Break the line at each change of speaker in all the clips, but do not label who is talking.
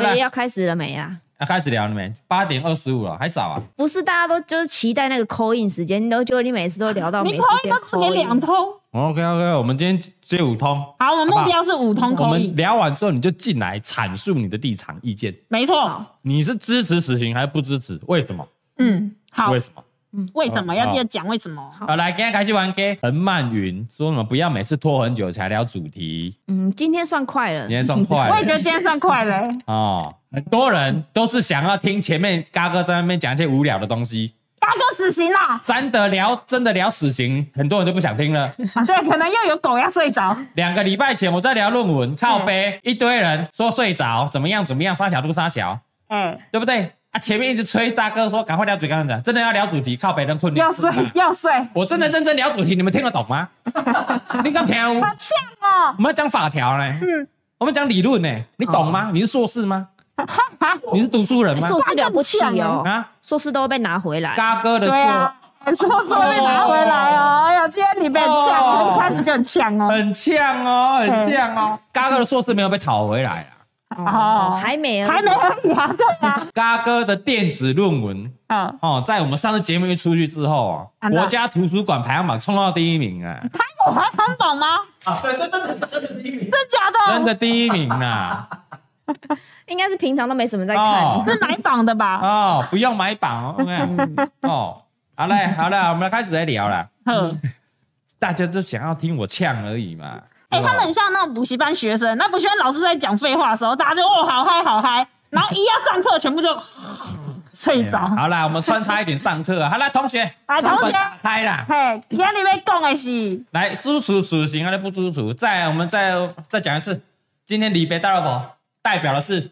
所
了
以，要开始了没啦？
那开始聊了没？八点二十五了，还早啊！
不是大家都就是期待那个 call in 时间，你都觉得你每次都聊到没
你
时
口音
间
都只给
call in
两通，
OK OK，我们今天接五通，
好，我们目标是五通
我
口
们
音，
聊完之后你就进来阐述你的立场意见，
没错。
你是支持死刑还是不支持？为什么？
嗯，好，
为什么？
为什么要
好
要讲为什么？
好，来，今天开始玩 K。陈曼云说什么？不要每次拖很久才聊主题，
嗯，今天算快了
今。天算快了。
我也觉得今天算快了欸、
哦，很多人都是想要听前面嘎哥在那边讲一些无聊的东西，
大哥死刑啊啦！
真的聊真的聊死刑，很多人都不想听了。
啊，对，可能又有狗要睡着。
两个礼拜前我在聊论文，靠背一堆人说睡着，怎么样怎么样，杀小度杀小，
哎、
对不对？啊，前面一直催大哥说赶快聊主题，赶快聊主题真的要聊主题，靠北人困
要睡要睡，
我真的认真聊主题，你们听得懂 吗？你敢听？
好呛哦！
我们要讲法条呢，我们讲理论呢，你懂吗？你是硕士吗？你是读书人吗？
哎硕士了不起哦，
啊，
硕士都会被拿回来。
嘎哥的
对
硕。
啊，哎说说被拿回来哦。哎呦，今天你被呛，
哦
一开始就很呛哦。
很呛哦，很呛
嗯
哦。嘎哥的硕士没有被讨回来啊。
哦，
还没，
还没。而已啊，对 啊，
嘎哥的电子论文
嗯，
哦，在我们上次节目一出去之后啊，
啊那
国家图书馆排行榜冲到第一名啊，
他有排行榜吗？
啊，对，这真的真的第一名，
真假的？
真的第一名 啊！
应该是平常都没什么在看
哦。
是买榜的吧？
哦，不用买榜哦，OK 哦。好嘞，好嘞，我们开始来聊了。
嗯，
大家就想要听我呛而已嘛。
哎、
对吧
他们很像那种补习班学生，那补习班老师在讲废话的时候，大家就哦好嗨好嗨，然后一要上课，全部就 睡着。
哎好啦，我们穿插一点上课啊。 好啦，同学，
啊，同学，
打开啦。
嘿，今天你要讲的是
来，支持属性还是不支持？再，我们再再讲一次，今天李北大老婆代表的是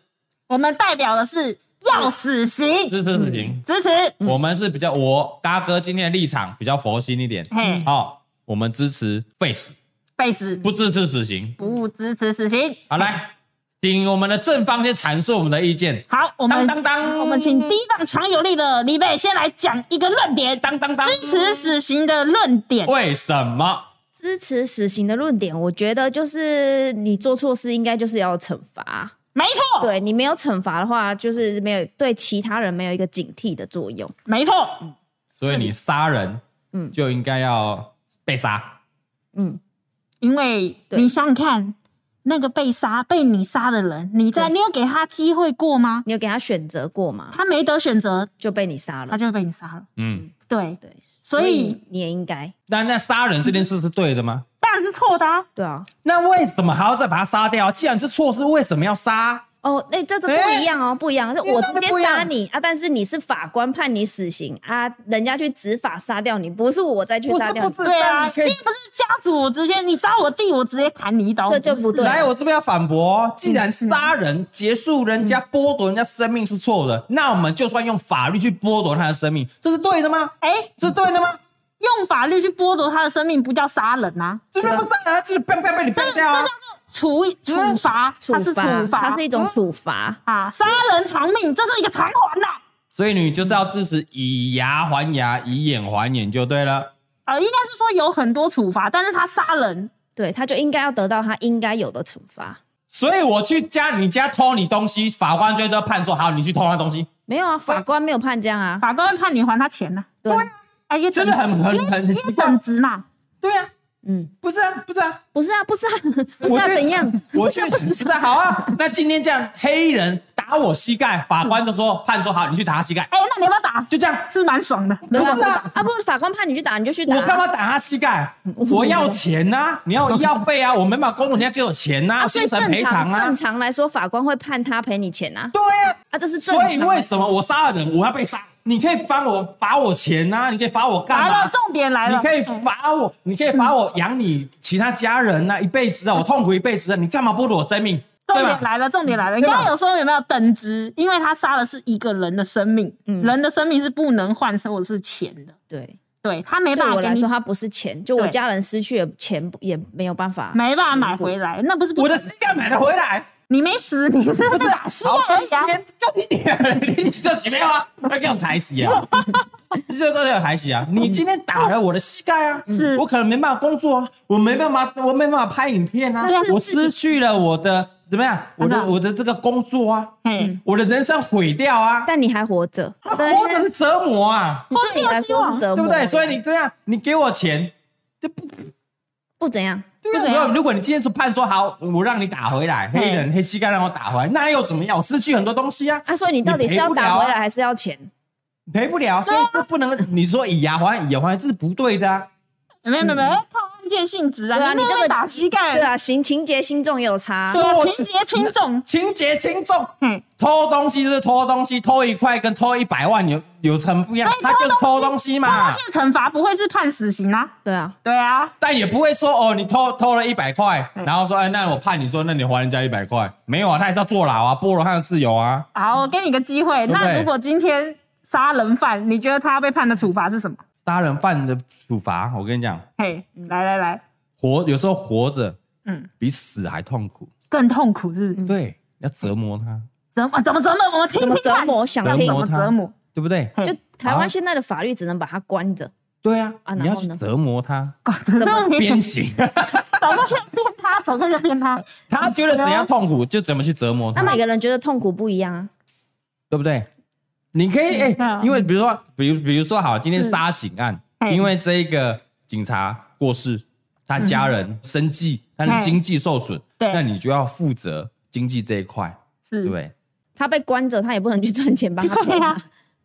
我们代表的是要死刑，
支持死刑。
支持。
我们是比较我大哥今天的立场比较佛心一点，
嘿，
哦，我们支持废死，
贝斯
不支持死刑。
不务支持死刑。
好，来，请我们的正方先阐述我们的意见。
好，我
当
们
当当，
我们请第一棒强有力的李贝先来讲一个论点，
当当当，
支持死刑的论点。
为什么？
支持死刑的论点，我觉得就是你做错事，应该就是要惩罚。
没错，，
对你没有惩罚的话，就是没有对其他人没有一个警惕的作用。
没错，
所以你杀人，
嗯
就应该要被杀。
嗯，
因为
对
你想想看，那个被杀、被你杀的人，你在
对
你有给他机会过吗？
你有给他选择过吗？
他没得选择，
就被你杀
他
了。
就被你杀了。
嗯，
对，
对，
所以
你也应该
那那杀人这件事是对的吗？
当然是错的、啊。
对啊。
那为什么还要再把他杀掉？既然是错事，为什么要杀？
哦，哎、这这不
哎
一样哦，不一样，是我直接
不一样
杀你啊，但是你是法官判你死刑啊，人家去执法杀掉你，不是我再去
不
杀
是
掉
不
你，
是，
对
但
啊，
你可
今
以
天不是家属，我直接你杀我弟，我直接砍你一刀，
这就不
是
对
来，我这边要反驳、哦。既然杀人、结束人家、剥夺人家生命是错的，那我们就算用法律去剥夺他的生命，这是对的吗？
哎、
这是对的吗？
用法律去剥夺他的生命，不叫杀人呐、
这边不当然，这是被被被你
这
毙
这
掉
叫
啊
做！处处罚，它是
罚，
处罚，
它是一
嗯
种处罚。
啊，杀人偿命，这是一个偿还呐、
所以你就是要支持以牙还牙、以眼还眼就对了。
呃，应该是说有很多处罚，但是他杀人，
对，他就应该要得到他应该有的惩罚。
所以我去家你家偷你东西，法官就会判说好，你去偷他东西，
没有啊，法官没有判这样啊。
法官会判你还他钱呐、
对，啊
哎，也
真的很很很很奇
一
怪。
等值嘛，
对啊，
嗯，
不是啊，不是啊，
不是啊，不是啊， 不是
我
啊，
觉得
怎样？
我
不是啊，
去
不是
不是啊，好啊。那今天这样黑人打我膝盖，法官就说判说好，你去打他膝盖，
哎、那你要不要打？
就这样。
是蛮爽的，
对
不是啊
啊，啊不，法官判你去打，你就去打嗯
我干
啊。
嘛打他膝盖？我要钱呐、你要医药费啊！我没办法工作，你要给我钱呐、
啊，所
精
以
神
正
赔偿
常
啊
正！常来说，法官会判他赔你钱啊。
对呀、
啊，这是正
所以
常
为
的。
什么我杀了人，我要被杀？你可以罚我罚我钱呐、你可以罚我干
来了，
嘛？
重点来
你
了，
可以罚我，你可以罚我养你其他家人呐、一辈子啊，我痛苦一辈子啊！你干嘛剥夺我生命？
重
对
点
吧？嗯
来了，重点来了。你
对吧
刚刚有说有没有等值？因为他杀的是一个人的生命，
嗯
人的生命是不能换成我是钱的。
对，
对他没
对
办法
我
给
来
你
说，，它不是钱，就我
对
家人失去的钱也没有办法。
没办法买回来，那不是
嗯
不
我的膝盖买得回来，
你没死，你是
不
被
是
打膝盖而已啊
好。就你娘，你这洗没有啊？不要给我抬洗啊！你这这有抬洗啊！你今天打了我的膝盖啊！
是
我可能没办法工作啊，我没办法，我没办法拍影片啊
对啊，
我失去了我的怎么样？我
真
的
的
我的这个工作啊，
嘿，
我的人生毁掉啊！
但你还活着，对，
活着是折磨啊，
你对你来说是折磨，
对不对？所以你这样，你给我钱，这不
不怎样，
对
不怎
啊，
样
如果你今天是判说好，我让你打回来，黑人黑膝盖让我打回来，那又怎么样？我失去很多东西啊，
啊，所以你到底是要
你赔不了啊
打回来还是要钱？
赔不了，所以这不能你说以牙还牙，以牙还牙，这是不对的啊。
没有没有
嗯
没有，哎套案件性质
对
啊，
啊，你
那
这
边
个
打膝盖，
对，啊，行情节轻重也有差
对，啊我
情节轻 重，
情节轻重，
嗯，
偷东西就是偷东西，偷一块跟偷一百万有有成不一样，他就是偷东西嘛
那，现在惩罚不会是判死刑啊？
对啊，
对啊，
但也不会说哦，你偷偷了一百块，然后说哎，那我判你说，那你还人家一百块，没有啊，他还是要坐牢啊，剥夺他的自由啊。
好，我给你个机会。
对不对
那如果今天杀人犯，你觉得他被判的处罚是什么？
杀人犯的处罚，我跟你讲，
嘿，来来来，
活有时候活着
嗯，
比死还痛苦，
更痛苦是不是
嗯
对，要折磨他，
怎么怎么折磨？我们听
怎
听
么
看
折磨？想
折
听
怎？么
他
折磨？
对不对？
嘿
就台湾现在的法律只能把它关着，
对啊，
啊
你
然
要
后
去
呢
折磨他，
怎么
鞭刑，
走过去鞭他， 走过去鞭他。
他觉得怎样痛苦就怎么去折磨
那
他，
每个人觉得痛苦不一样啊，
对不对？你可以哎、
嗯
因为比如说，比如比如说好，今天
是
杀警案，
嘿
因为这一个警察过世，他家人生计，他的
嘿
经济受损，
嗯对
那你就要负责经济这一块，对
是
不，对？
他被关着，他也不能去赚钱帮他
对
补
呀
啊，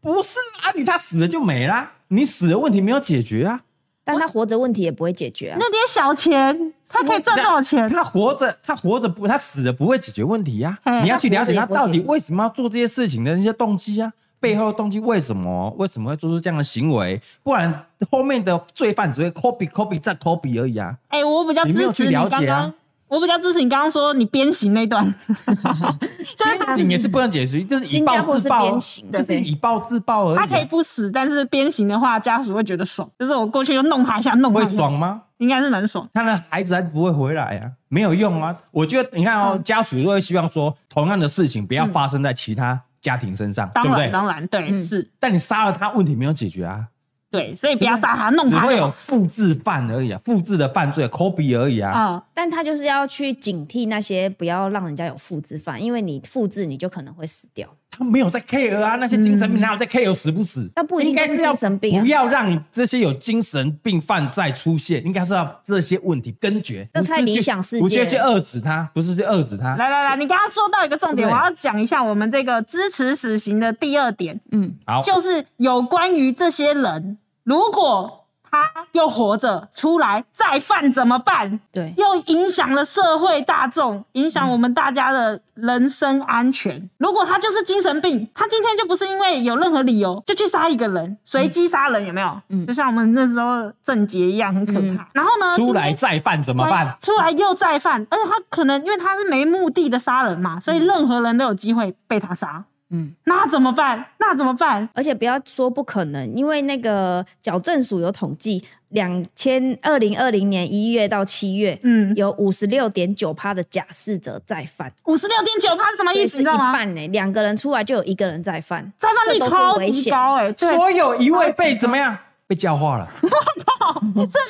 不是啊，你他死了就没啦，你死的问题没有解决啊。
但他活着问题也不会解决啊。
那点小钱，他可以赚多少钱？
他活着，他活着不，他死了不会解决问题呀、
嗯
你要去了解
他
他
活着也不会
到底为什么要做这些事情的那些动机啊，背后的动机为什么？为什么会做出这样的行为？不然后面的罪犯只会 copy copy 再 copy 而已啊。
哎、我比较
你没有去
支持你
了
刚
解啊
刚，我比较支持你刚刚说你鞭刑那段，就是他
鞭刑也是不能解决，就是以
新加
暴
坡
制
是
暴啊
鞭，刑，
就
对
对
不
是
对？
以暴制暴而已啊、
他可以不死，但是鞭刑的话，家属会觉得爽，就是我过去就弄他一下，弄他
会
一下
爽吗？
应该是蛮爽。
他的孩子还不会回来啊，没有用啊。
嗯
我觉得你看哦，家属都会希望说，同样的事情不要发生在其他家庭身上，
当
对不
然，
对？
当然，对，
嗯
是，
但你杀了他，问题没有解决啊。
对，所以不要杀他，弄
只
他
会
就好。
有复制犯而已啊，复制的犯罪 copy 而已啊。
嗯，
但他就是要去警惕那些不要让人家有复制犯，因为你复制你就可能会死掉。
他没有在 care 啊，那些精神病哪有在 care 死不死？
但不一定
应该
都
是
是
要
精神病啊
不要让这些有精神病犯再出现，应该是要这些问题根绝。
这
不是
太
去
理想世界
不是去遏制他，不是去遏制他。
来来来，你刚刚说到一个重点，
啊对
我要讲一下我们这个支持死刑的第二点，
嗯，
好，
就是有关于这些人，如果他又活着出来再犯怎么办？
对，
又影响了社会大众，影响我们大家的人身安全。如果他就是精神病，他今天就不是因为有任何理由就去杀一个人，
嗯
随机杀人有没有？
嗯
就像我们那时候郑杰一样，很可怕。
嗯
然后呢，
出来
今天
再犯怎么办？
出来又再犯，而且他可能因为他是没目的的杀人
嗯
嘛，所以任何人都有机会被他杀。
嗯，
那怎么办？那怎么办？
而且不要说不可能，因为那个矫正署有统计，两千二零二零年一月到七月，
嗯，
有五十六点九趴的假释者再犯，
五十六点九趴是什么
所
意
以
思？
是
你
一
知道吗？
半呢、两个人出来就有一个人再犯，
再犯
这
率
都是
超
危
级
险
高哎、对，
所有一位被怎么样？被教 化了，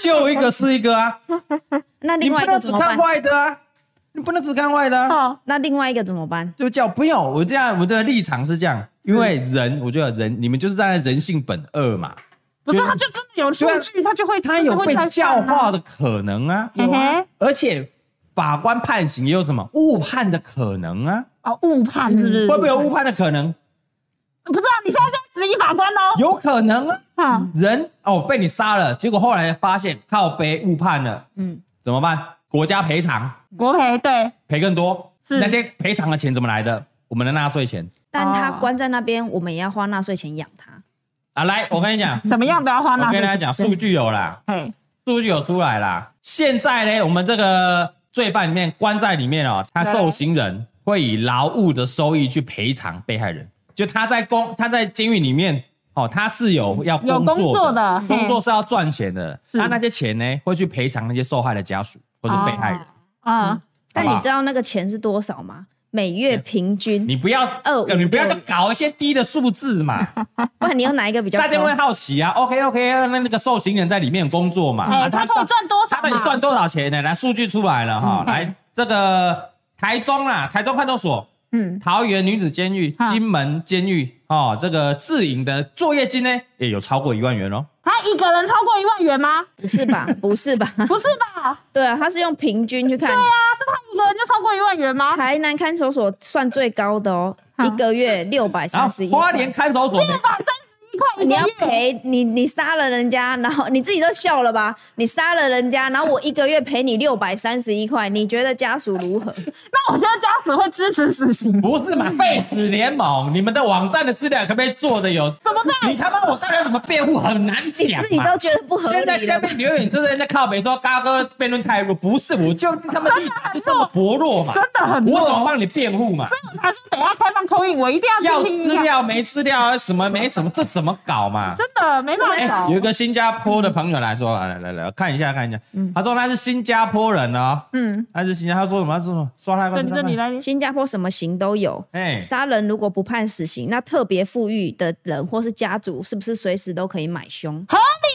就一个是一个啊！
那
你
另
不
外一
能
个
只
怎么
看
办？
坏的啊！你不能只看坏的啊！
哦，
那另外一个怎么办？
就叫不要我这样，我的立场是这样，因为人，我觉得人，你们就是站在人性本恶嘛，
不是，
就是
他就真的有数据，他啊就会
啊他有被教化
化。
的可能啊，
嘿嘿，
而且法官判刑也有什么误判的可能啊？
哦，误判是不
嗯
是？
会不会有误？判的可能？
不知道，你现在在质疑法官哦。
有可能啊，
哈，
人哦被你杀了，结果后来发现靠背误判了，
嗯，
怎么办？国家赔偿
国培对，
赔更多，
是
那些赔偿的钱怎么来的？我们的纳税钱
但他
哦
关在那边，我们也要花纳税钱养他。
啊！来，我跟你讲，
怎么样都要花纳
我
税
跟大家
钱。
讲，数据有啦。
嘿，
数据有出来啦。现在呢，我们这个罪犯里面关在里面哦，他受刑人会以劳务的收益去赔偿被害人，就他在公他在监狱里面哦，他是有要
有
工
工
作
作的嘿
工作是要赚钱的，
是
那那些钱呢会去赔偿那些受害的家属或是被害人。
啊，
但
好不
你
好
知道那个钱是多少吗？每月平均，
你不要
二五，
你不要
六
再搞一些低的数字嘛，
不然你要拿一个比较
大家
高
会？好奇啊。OK OK，那那个受刑人在里面工作嘛，
哎，
啊
他可以赚多 少
他到底
嘛？
赚多少钱呢？来，数据出来了哈，
嗯
来这个台中啊，台中派出所、
嗯，
桃园女子监狱、
嗯
金门监狱哦，这个自营的作业金呢也有超过一万元哦。
他一个人超过一万元吗？
不是吧？不是吧？
不是吧？
对啊，他是用平均去看。
他啊是他一个人就超过一万元 吗？
台南看守所算最高的哦，
好
一个月六百
然
三十
后
一。
啊
哎
花莲看守所没
六百三十一块一
你要
个月，
赔你，你杀了人家，然后你自己都笑了吧？你杀了人家，然后我一个月赔你六百三十一块，你觉得家属如 何？
那我觉得家属会支持死刑。
不是嘛？废死联盟，你们的网站的资料可不可以做的有？怎么办？你他妈我到底要怎么辩护？很难
你
讲
自己
嘛
都觉得不合理
现在下
了吧。
面留言就是人家靠北说嘎哥辩论太弱，不是我就他妈立就这么薄 弱嘛，真
的很弱
我怎么帮你辩护嘛？
所以我才说等一下开放扣印，我一定要
要
听听
资
一下。
料没资料，什么没什么，这怎么搞嘛？
真的没办法，
哎有一个新加坡的朋友来说，来来来，看一下看一下，他说他是新加坡人哦，
嗯，
他是新加，他说什么？他说什么？刷他一块
等着你，来。
新加坡什么刑都有，
哎，
杀人如果不判死刑，那特别富裕的人或是家族，是不是随时都可以买凶？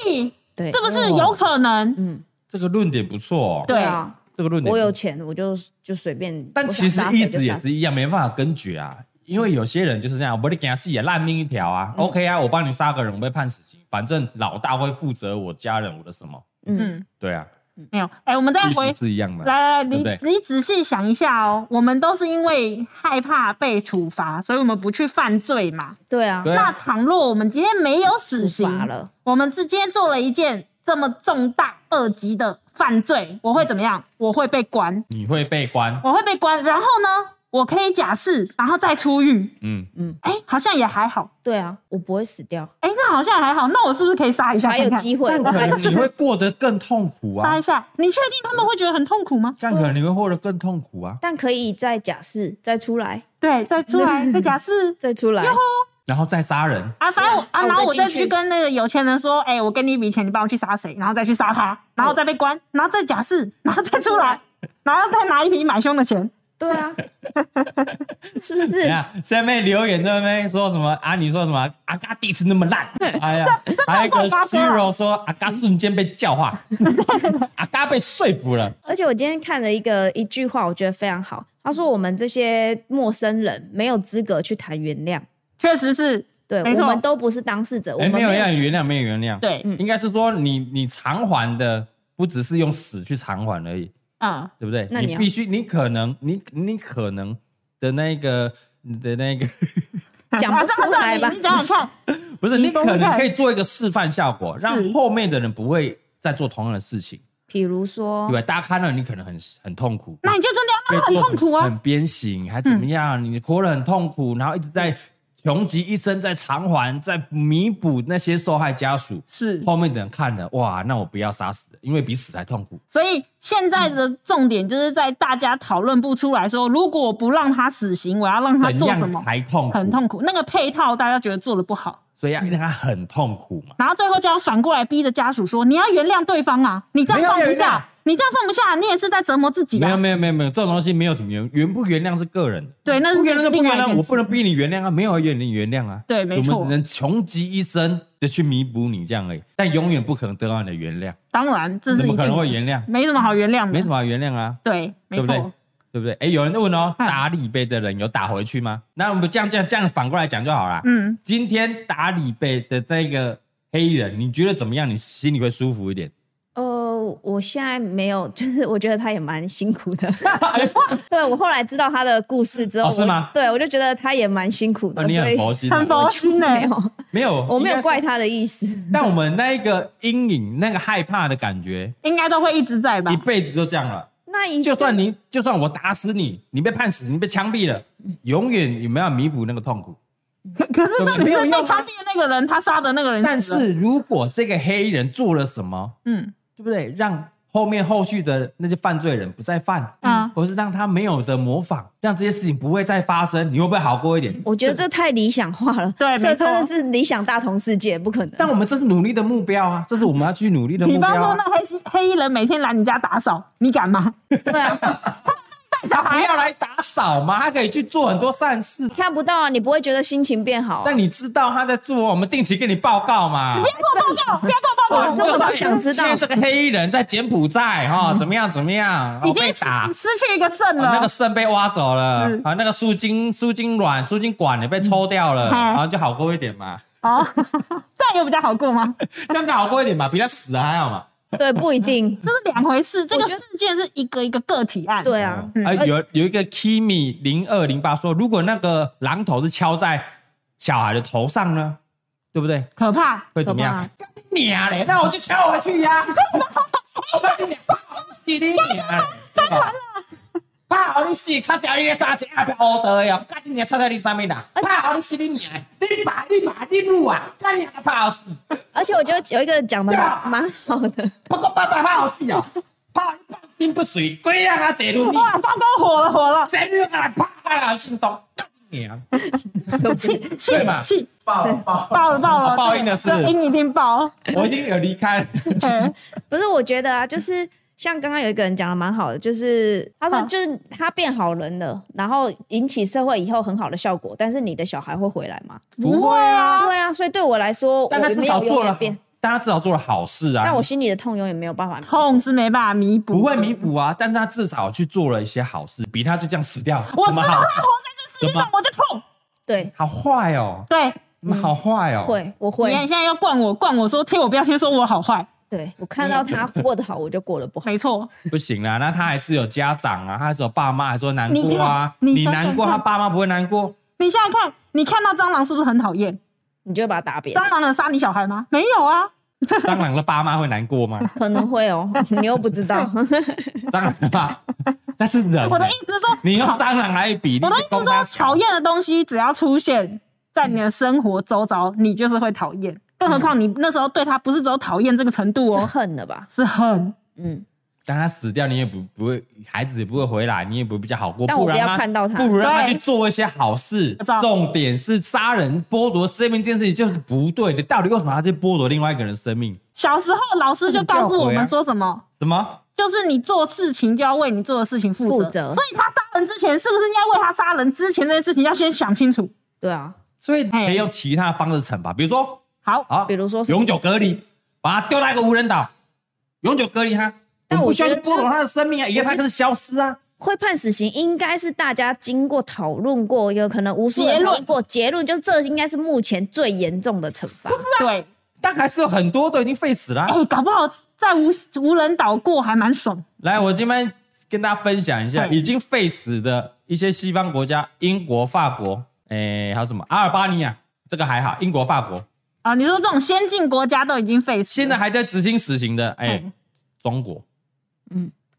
你
对，
是不是有可能？
嗯，
这个论点不错哦，
对
啊，
这个论点
我
不错
有钱我就就随便。
但
我想
其实
杀谁
意
就
思也
杀谁
是一样，没办法根绝啊。因为有些人就是这样，我得给他戏也烂命一条啊。OK 啊，我帮你杀个人，我被判死刑，反正老大会负责我家人我的什么？
嗯，
嗯，
对啊，
没有。哎，我们再
意
回
思是一样的。
来来，你
对不
你仔细想一下哦，我们都是因为害怕被处罚，所以我们不去犯罪嘛。
对啊，
对
那
啊，
倘若我们今天没有死
处罚
刑
了，
我们之间做了一件这么重大二级的犯罪，我会怎么样？我会被关，
你会被关，
我会被关。然后呢，我可以假释，然后再出狱。
嗯，
哎，好像也还好。
对啊，我不会死掉，
哎，那好像也还好。那我是不是可以杀一下
还有
看看？
机会，
但
我
可
还
能你会过得更痛苦
杀
啊
一，下，你确定他们会觉得很痛苦吗？
但可能你会过得更痛苦啊。
但可以再假释，再出来，
对，再出 来，再假释
再出来，
然后再杀人，
啊，反正我
对
啊，
啊
然后我再
我再进
去
去
跟那个有钱人说，哎，我给你一笔钱，你帮我去杀谁，然后再去杀
嗯
他，然后再被关，然后再假释，然后再 出来，然后再拿一笔买凶的钱。
对 啊，是不
等一
是？
下哎下面留言在那边说什么啊？你说什么？阿嘎第一次那么 烂，哎呀，还有一个
这这八
啊
卦
Zero 说阿嘎瞬间被教 化，阿嘎被说服了。
而且我今天看了一个一句话，我觉得非常好，他说我们这些陌生人没有资格去谈原谅，
确实是，
对，
没错
我们都不是当事者，我
哎，
们
没有
没有
让你原谅，没有原谅。
对，
嗯
应该是说你你偿还的不只是用死去偿还而已，
嗯，
对不对？
那
你
你要
必须，你可能，你你可能的那个你的那个，
讲不出来吧
啊这样这样你 你？讲讲
不是
你
你
说
可能
看
可以做一个示范效果，让后面的人不会再做同样的事
嗯
情，
比如
对
说，
吧？大家看到你可能很很痛苦，
那你就真的要
被
让他很
做
痛苦啊
很！鞭刑还怎么样？你活得很痛苦，然后一直在穷极一生在偿还，在弥补那些受害家属。
是，
后面的人看了，哇，那我不要杀死，因为比死还痛苦。
所以现在的重点就是在大家讨论不出来说，如果我不让他死刑，我要让他
怎
做什
样
么，
才痛苦？
很痛苦。那个配套大家觉得做的不好，
所以要让他很痛苦嘛。
然后最后就要反过来逼着家属说，你要原谅对方啊，你这样放不
没有原谅
下，你这样放不下，你也是在折磨自己
没有
啊。
没有没有没有，这种东西没有什么原原不原谅是个人的，
对，那是
不原谅就不
另外
原
一件
谅，
事
我不能逼你原谅啊，没有人原原谅啊。
对没错
我们只能穷极一生的去弥补你这样而已，但永远不可能得到你的原谅，
当然，这是
怎
一
么
定
可能会原谅？
没什么好原谅的，
没什么好原谅啊，
对，没
对不对
错，？
对不对？哎，有人问哦，
嗯
打李贝的人有打回去吗？那我们这样这样这样反过来讲就好啦。
嗯，
今天打李贝的这个黑人，你觉得怎么样？你心里会舒服一 点？
呃，我现在没有， 就是我觉得他也蛮辛苦 的。对我后来知道他的故事之后，
哦是吗
我对我就觉得他也蛮辛苦的，
啊，你
所
很
以
佛心啊，
很佛心呢
没。有，
没有，
我没
应
有
该是
怪他的意思。
但我们那一个阴影、那个害怕的感觉，
应该都会一直在吧
一？辈子就这样了。
那一定
就算你，就算我打死你，你被判死刑、被枪毙了，永远也没有弥补那个痛苦。
可可是那
没
你
有
是
用啊
被枪毙的那个嗯人，他杀的那个人死了，
但是如果这个黑人做了什么，
嗯，
对不对？让后面后续的那些犯罪人不再犯，
嗯
或是让他没有的模仿，让这些事情不会再发生，你会不会好过一点？
嗯
我觉得这太理想化了，
对
这
没错
真的是理想大同世界，不可能。
但我们这是努力的目标啊，这是我们要去努力的
比
目标、
方说，
啊。
那黑心黑衣人每天来你家打扫，你敢 吗？
对啊，
带小
不
孩
要来打扫嘛，他可以去做很多善事。
看不到啊，你不会觉得心情变好啊、
但你知道他在做，我们定期给你报告嘛。
不要跟我报告，不要跟我
哦我
报告，
根本不想知道嗯
现在这个黑衣人在柬埔寨哈、怎么样怎么样，
已
哦、
经
被打，
失去一个肾
啊那
了
个。肾被挖走了
嗯
是
啊，那个输精输精卵、输精管也被抽掉了，
嗯
然后就好过一点嘛，
哦， 这样有比较好 过吗？
嗯
这样就好过一点嘛，比他死啊还好嘛。
对，不一定。
这是两回事，这个
我觉得
事件是一个一个个体案。
对啊，
啊，有有一个 Kimi 零二零八说，如果那个榔头是敲在小孩的头上呢，对不对？
可怕。
会怎么样？
可
干你娘嘞！那我就敲回去呀、干你爸，你娘嘞！翻完了。爸，我你死！插小你的大姐阿伯乌的呀！干你娘！插小你上面啦！爸，我你死你娘！你爸你爸你母啊！干你娘个怕死！
而且我觉得有一个人讲的
啊
蛮好的，
不过爸爸怕死哦，怕你半身不遂，鬼让他坐轮椅，
哇，刚刚火 了火了，
坐轮椅来啪啊，心痛！干你娘！
对不起
气
对嘛
气气
爆爆
爆了爆了，
啊爆音了是不是
对音一 定爆。
我已经有离开了。
哎
不是，我觉得啊，就是像刚刚有一个人讲的蛮好的，就是他
嗯
说
好
就是他变好人了，然后引起社会以后很好的效果，但是你的小孩会回来吗？
不会啊，
对啊，所以对我来说，我
但他至
没
少
有永
做
远
了
变，，
但他至少做了好事啊。
但我心里的痛永远没有办法。
痛是没办法弥补，
不会弥。补啊，但是他至少去做了一些好事，比他就这样死掉
我
什
知
么
道
好
他
事？
活在这世界
什
上
么，
我就痛。
对，
好坏哦，
对，
你们好坏哦，
会，我
你看
会
你，现在要灌我，灌我说贴我标签，说我好坏，
对我看到他过得好，我就过得不好。
没错，
不行啦，那他还是有家长啊，他还是有爸妈，还是会难过啊。
你
你
看你想想
难过，
看
他爸妈不会难过，
你现在看，你看到蟑螂是不是很讨厌？
你就会把他打扁，
蟑螂能杀你小孩吗？没有啊，
蟑螂的爸妈会难过吗？
可能会哦， 你又不知道。
蟑螂的爸， 但是人欸，
我的意思是说，
你用
讨
蟑螂来比，你
我的
就
意思
攻
是
他
说，
小
讨厌的东西只要出现在你的生活周遭，你就是会讨厌。更何况你那时候对他不是只有讨厌这个程度
是
哦，
恨了吧？
嗯是恨。
嗯，
当他死掉，你也不不会，孩子也不会回来，你也不会比较好过。
但我
不
不
然
要
他
看到他
不如让他
对
去做一些好事
我知道。
重点是杀人剥夺生命这件事情就是不对的，到底为什么他去剥夺另外一个人的生命？
小时候老师就告诉我们说什么，
什么？
啊就是你做事情就要为你做的事情负责。
负责
所以他杀人之前，是不是应该为他杀人之前这件事情要先想清楚？
对啊，
所以
哎
可以用其他方式惩罚，比如说，
好，
好，
比如说什么
永久隔离，把他丢到一个无人岛，永久隔离他。
但
我们
我
不需要
觉
去
得
剥
这
夺他的生命啊，也让他就是消失啊。
会判死刑应该是大家经过讨论过，有可能无数人
结论
讨论过，结论就是这应该是目前最严重的惩罚。
对，
但还是有很多都已经废死了啊、
哎、搞不好在无无人岛过还蛮爽。
来，我今天跟大家分享一下
嗯
已经废死的一些西方国家，英国、法国，诶，还有什么阿尔巴尼亚，这个还好，英国、法国
啊，你说这种先进国家都已经废死
现
了，
在还在执行死刑的，诶，
嗯
中国、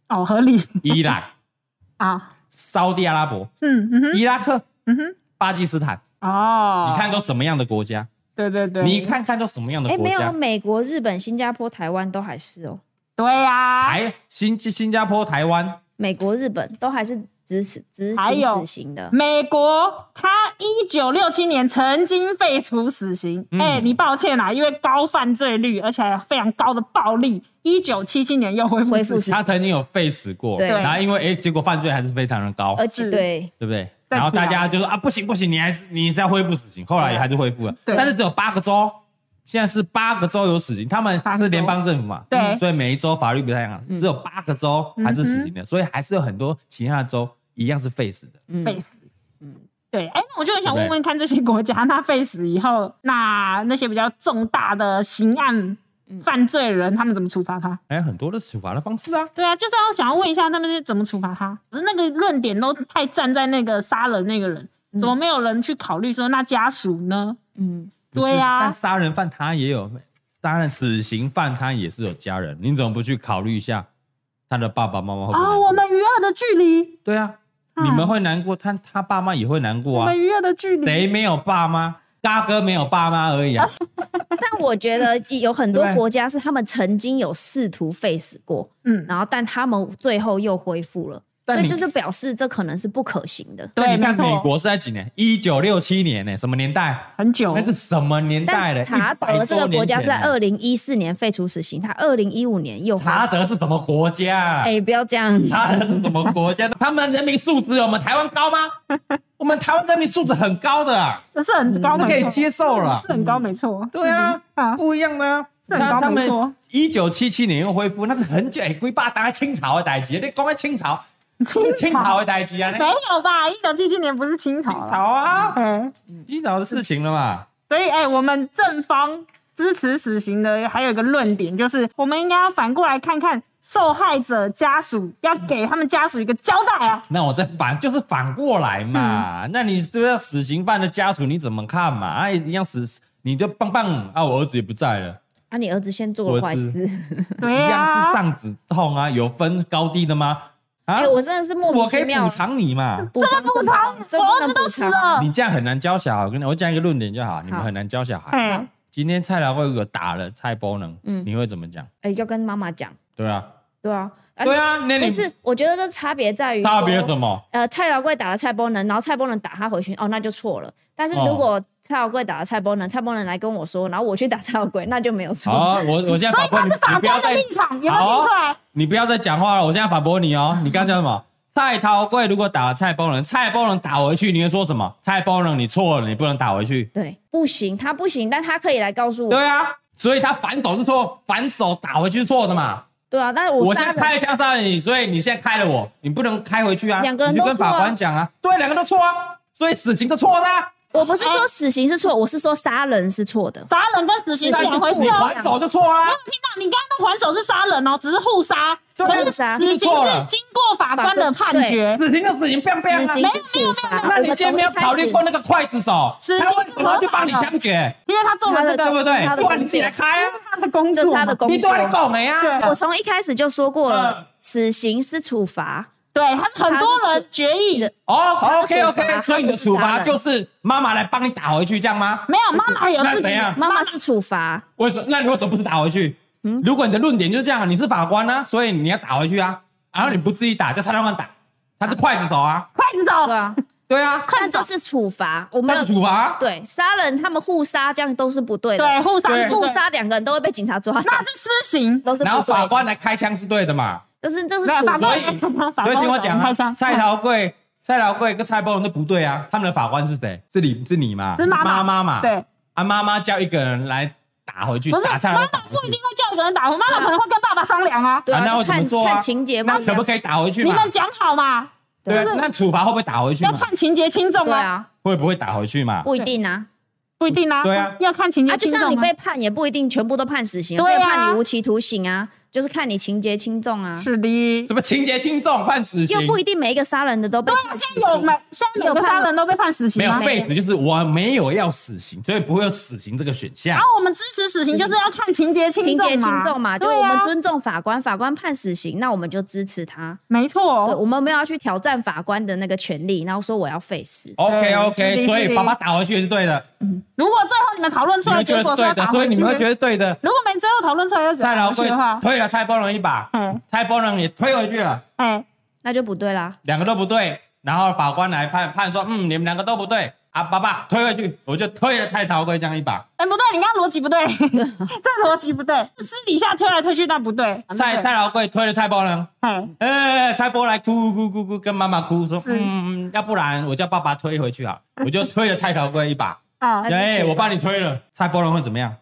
哦合理
伊朗、
啊，
沙地阿拉伯、
嗯嗯哼
伊拉克、
嗯哼，
巴基斯坦，
哦，
你看都什么样的国家？
对对对，
你看看都什么样的
哎，
国
没有啊，
家？
美国、日本、新加坡、台湾都还是哦，
对呀、
台新新加坡、台湾，
美国、日本都还是执死执
还有嗯
行死刑的。
美国他一九六七年曾经废除死刑，哎、
嗯
你抱歉啦、因为高犯罪率，而且还有非常高的暴力，一九七七年又恢复
恢复
死
死
刑，
他曾经有废死过，
对
然后因为诶，结果犯罪还是非常的高，
而且
是
对，
对不对？
再
然后
出来
大家就说啊，不行不行，你还是你是要恢复死刑，后来也还是恢复了，
对
但是只有八个州，现在是八个州有死刑，他们
八个州
是联邦政府嘛，
对嗯
所以每一州法律不太一样，只有八个州还是死刑的，所以还是有很多其他的州一样是废死的。
嗯，
废死。对，哎、那我就很想
对不对
问问看，这些国家那废死以后，那那些比较重大的刑案犯罪人，他们怎么处罚他？
还哎有很多的处罚的方式啊，
对啊，就是要想要问一下他们是怎么处罚他，只是那个论点都太站在那个杀人那个人，怎
嗯
么没有人去考虑说那家属呢？
嗯，
不是
对啊
但杀人犯他也有，杀人死刑犯他也是有家人，你怎么不去考虑一下他的爸爸妈妈会不会难
哦，
过？
我们与恶的距离，
对啊，
哎
你们会难过，他他爸妈也会难过
我
啊
们。与恶的距离，
谁没有爸妈？大哥没有爸妈而已啊。
但我觉得有很多
对
国家是他们曾经有试图 face 过，
嗯，
然后但他们最后又恢复了，
但
所以
你
这就表示这可能是不可行的。
但
对，
你
没
看美
错，
国是在几年？一九六七年呢、什么年代？
很久
那，是什么年代
但
的？
查德
100
这个
多年
国家是在
前呢
二零一四年废除死刑，他二零一五年又恢复
查德是什么国家啊？
哎、不要这样，
查德是什么国家？他们人民素质有我们台湾高吗？我们台湾人民素质很高的、啊，
那是很高，
是可
没
以
错，
接受了。
是很高，没错。
对啊，
啊，
不一样的、啊。
是很高
那他
没错
们一九七七年又恢复，那是很久哎，龟爸当在清朝的代志，啊你讲在清朝，清朝的代志啊，那
没有吧？一九七七年不是清朝
清
了，
朝啊，
嗯，
清朝的事情了嘛。
所以，哎、我们正方支持死刑的还有一个论点，就是我们应该要反过来看看受害者家属，要给他们家属一个交代啊。
那我再反就是反过来嘛，
嗯
那你对要死刑犯的家属你怎么看嘛？啊，一样死，你就棒棒啊，我儿子也不在了，
啊，你儿子先做了坏
我
事。
对
一样
呀、
是
啊，
上子痛啊，有分高低的吗？啊，
哎、我真的是莫名
我可
其
以
妙嗯
补，偿你嘛。
补偿
补
什
偿
么，这不
我儿
能
子都
补
死
偿。
了。
你这样很难教小孩，我跟你我讲一个论点就好，你们
好
很难教小孩。
哎，
今天蔡老贵有打了蔡波能，
嗯
你会怎么讲？
哎、要跟妈妈讲，
对啊，
对啊，啊
对，啊，那
不
你
是，我觉得这差别在于
差别
说
什么？
呃，蔡小贵打了蔡波能，然后蔡波能打他回去，哦，那就错了。但是
哦
如果蔡小贵打了蔡波能，蔡波能来跟我说，然后我去打蔡小贵，那就没有错。
好，我我现在
所
反驳
以他
你，
是法
你不要
官的
再
立场，有没有听出来？
你不要再讲话了，我现在反驳你哦。你 刚刚叫什么？蔡桃贵如果打了蔡波人，蔡波人打回去，你会说什么？蔡波人，你错了，你不能打回去。
对，不行，他不行，但他可以来告诉我。
对啊，所以他反手是错，反手打回去是错的嘛。
对啊，但是
我
我
现
杀
在
人
开了枪杀了你，所以你现在开了我，你不能开回去啊。
两个人
你
都
就
错啊
跟法官讲啊，对，两个都错啊，所以死刑是错的、啊。
我不是说死刑是错，我是说杀人是错的。
杀人跟死刑是
死
两
刑
回事
不一
你
样
哦。
还手就错啊
没有，听到，你刚刚的还手是杀人哦，只是互杀，
对
可是
互杀
死刑是
错了
经过法官的判决。
死刑就死刑，不要不要
死
啊。
刑是处罚。
那你今天没有考虑过那个刽子手，
死刑
他为什么要去帮你枪决？
因为他做了这
他的
对
个，
不
他
对？
的
不然你自己来
工作
开啊。
他的工
这
作
是
嘛，
他的工
你都在
作。
讲的呀、
对
我从一开始就说过
啊嗯
了，死刑是处罚。
对，他是很多
他是
人决议的，
哦，OK
他的处罚
OK，所以你的处罚
他不
就是是妈妈来帮你打回去，这样吗？
没有妈妈有
那
自己
怎样
的
妈妈是处罚，
为什么？那你为什么不是打回去？
嗯
如果你的论点就是这样，你是法官啊，所以你要打回去啊，然后你不自己打，叫蔡老板打，他是刽子手啊，
筷子
对
手，
啊，
对啊，
筷
但
子
这
手，
是处罚。我没
他
有
是处罚、啊。
对杀人，他们互杀这样都是不对的。
对，互杀
对
不
互
对，
杀两个人都会被警察抓走，
那是私刑。
都是
然后
不
法
对的。
官来开枪是对的嘛？
这是这是
那
处
法
罚。
官
法官
所以听我讲
开
啊，
枪，
蔡桃贵、蔡桃贵跟蔡波龙都不对啊，他们的法官是谁？是你是你嘛？
是妈妈
妈嘛？
对，
啊，妈妈叫一个人来打回去，
不是
打蔡
妈
老
妈
板打回
不
去
一定会叫一个人打我，妈
啊
妈可能会跟爸爸商量啊。
对
啊那
就
我怎么
看
做啊
看情节嘛
那。可不可以打回去
你
嘛？
们讲好嘛，
对啊，那处罚会不会打回去
要
嘛？
看情节轻重
对
啊，
啊，
会不会打回去嘛？
不一定啊。
不一定啊。
对啊
要看情
啊，
节
就
轻
像你
重啊
被。判也不一定全部都判死刑，
对啊
所以判你无期徒刑啊，就是看你情节轻重啊，
是的，
什么情节轻重判死刑
又？不一定每一个杀人的都被判死
现在有
刑。
每现在每个杀人都被判死
没
刑啊
有
吗？
废死就是我没有要死刑，所以不会有死刑这个选项
然。后我们支持死刑，就是要看情节轻
情
重嘛。
节轻重嘛，就
对
我们
啊，
尊重法官，法官判死刑，那我们就支持他。
没
哦
对，
错。
我们没有要去挑战法官的那个权利，然后说我要废死。
OK
是的
OK，所
是
以
的
爸爸打回去是对的，
如果最后你们讨论出
你
来
们觉
结
得
果
是
是要
对的
打，
所以
回
你
去
们会觉得对的。
如果没最后讨论出来要
蔡老
打回
贵
去的话，
推了蔡波龙一把
嗯，
蔡波龙也推回去了，
哎，
那就不对啦。
两个都不对，然后法官来判判说，嗯，你们两个都不对啊，爸爸推回去，我就推了蔡桃贵这样一把。
哎，不对，你刚刚逻辑不对， 这逻辑不对，私底下推来推去那不对。
蔡蔡老贵推了蔡波龙，
哎，
呃，蔡波来哭哭哭哭，跟妈妈哭说，
是
嗯，要不然我叫爸爸推回去 啊，我就推了蔡桃贵一把，
啊
那，就
哎、
是
我帮你推了，蔡波龙会怎么样？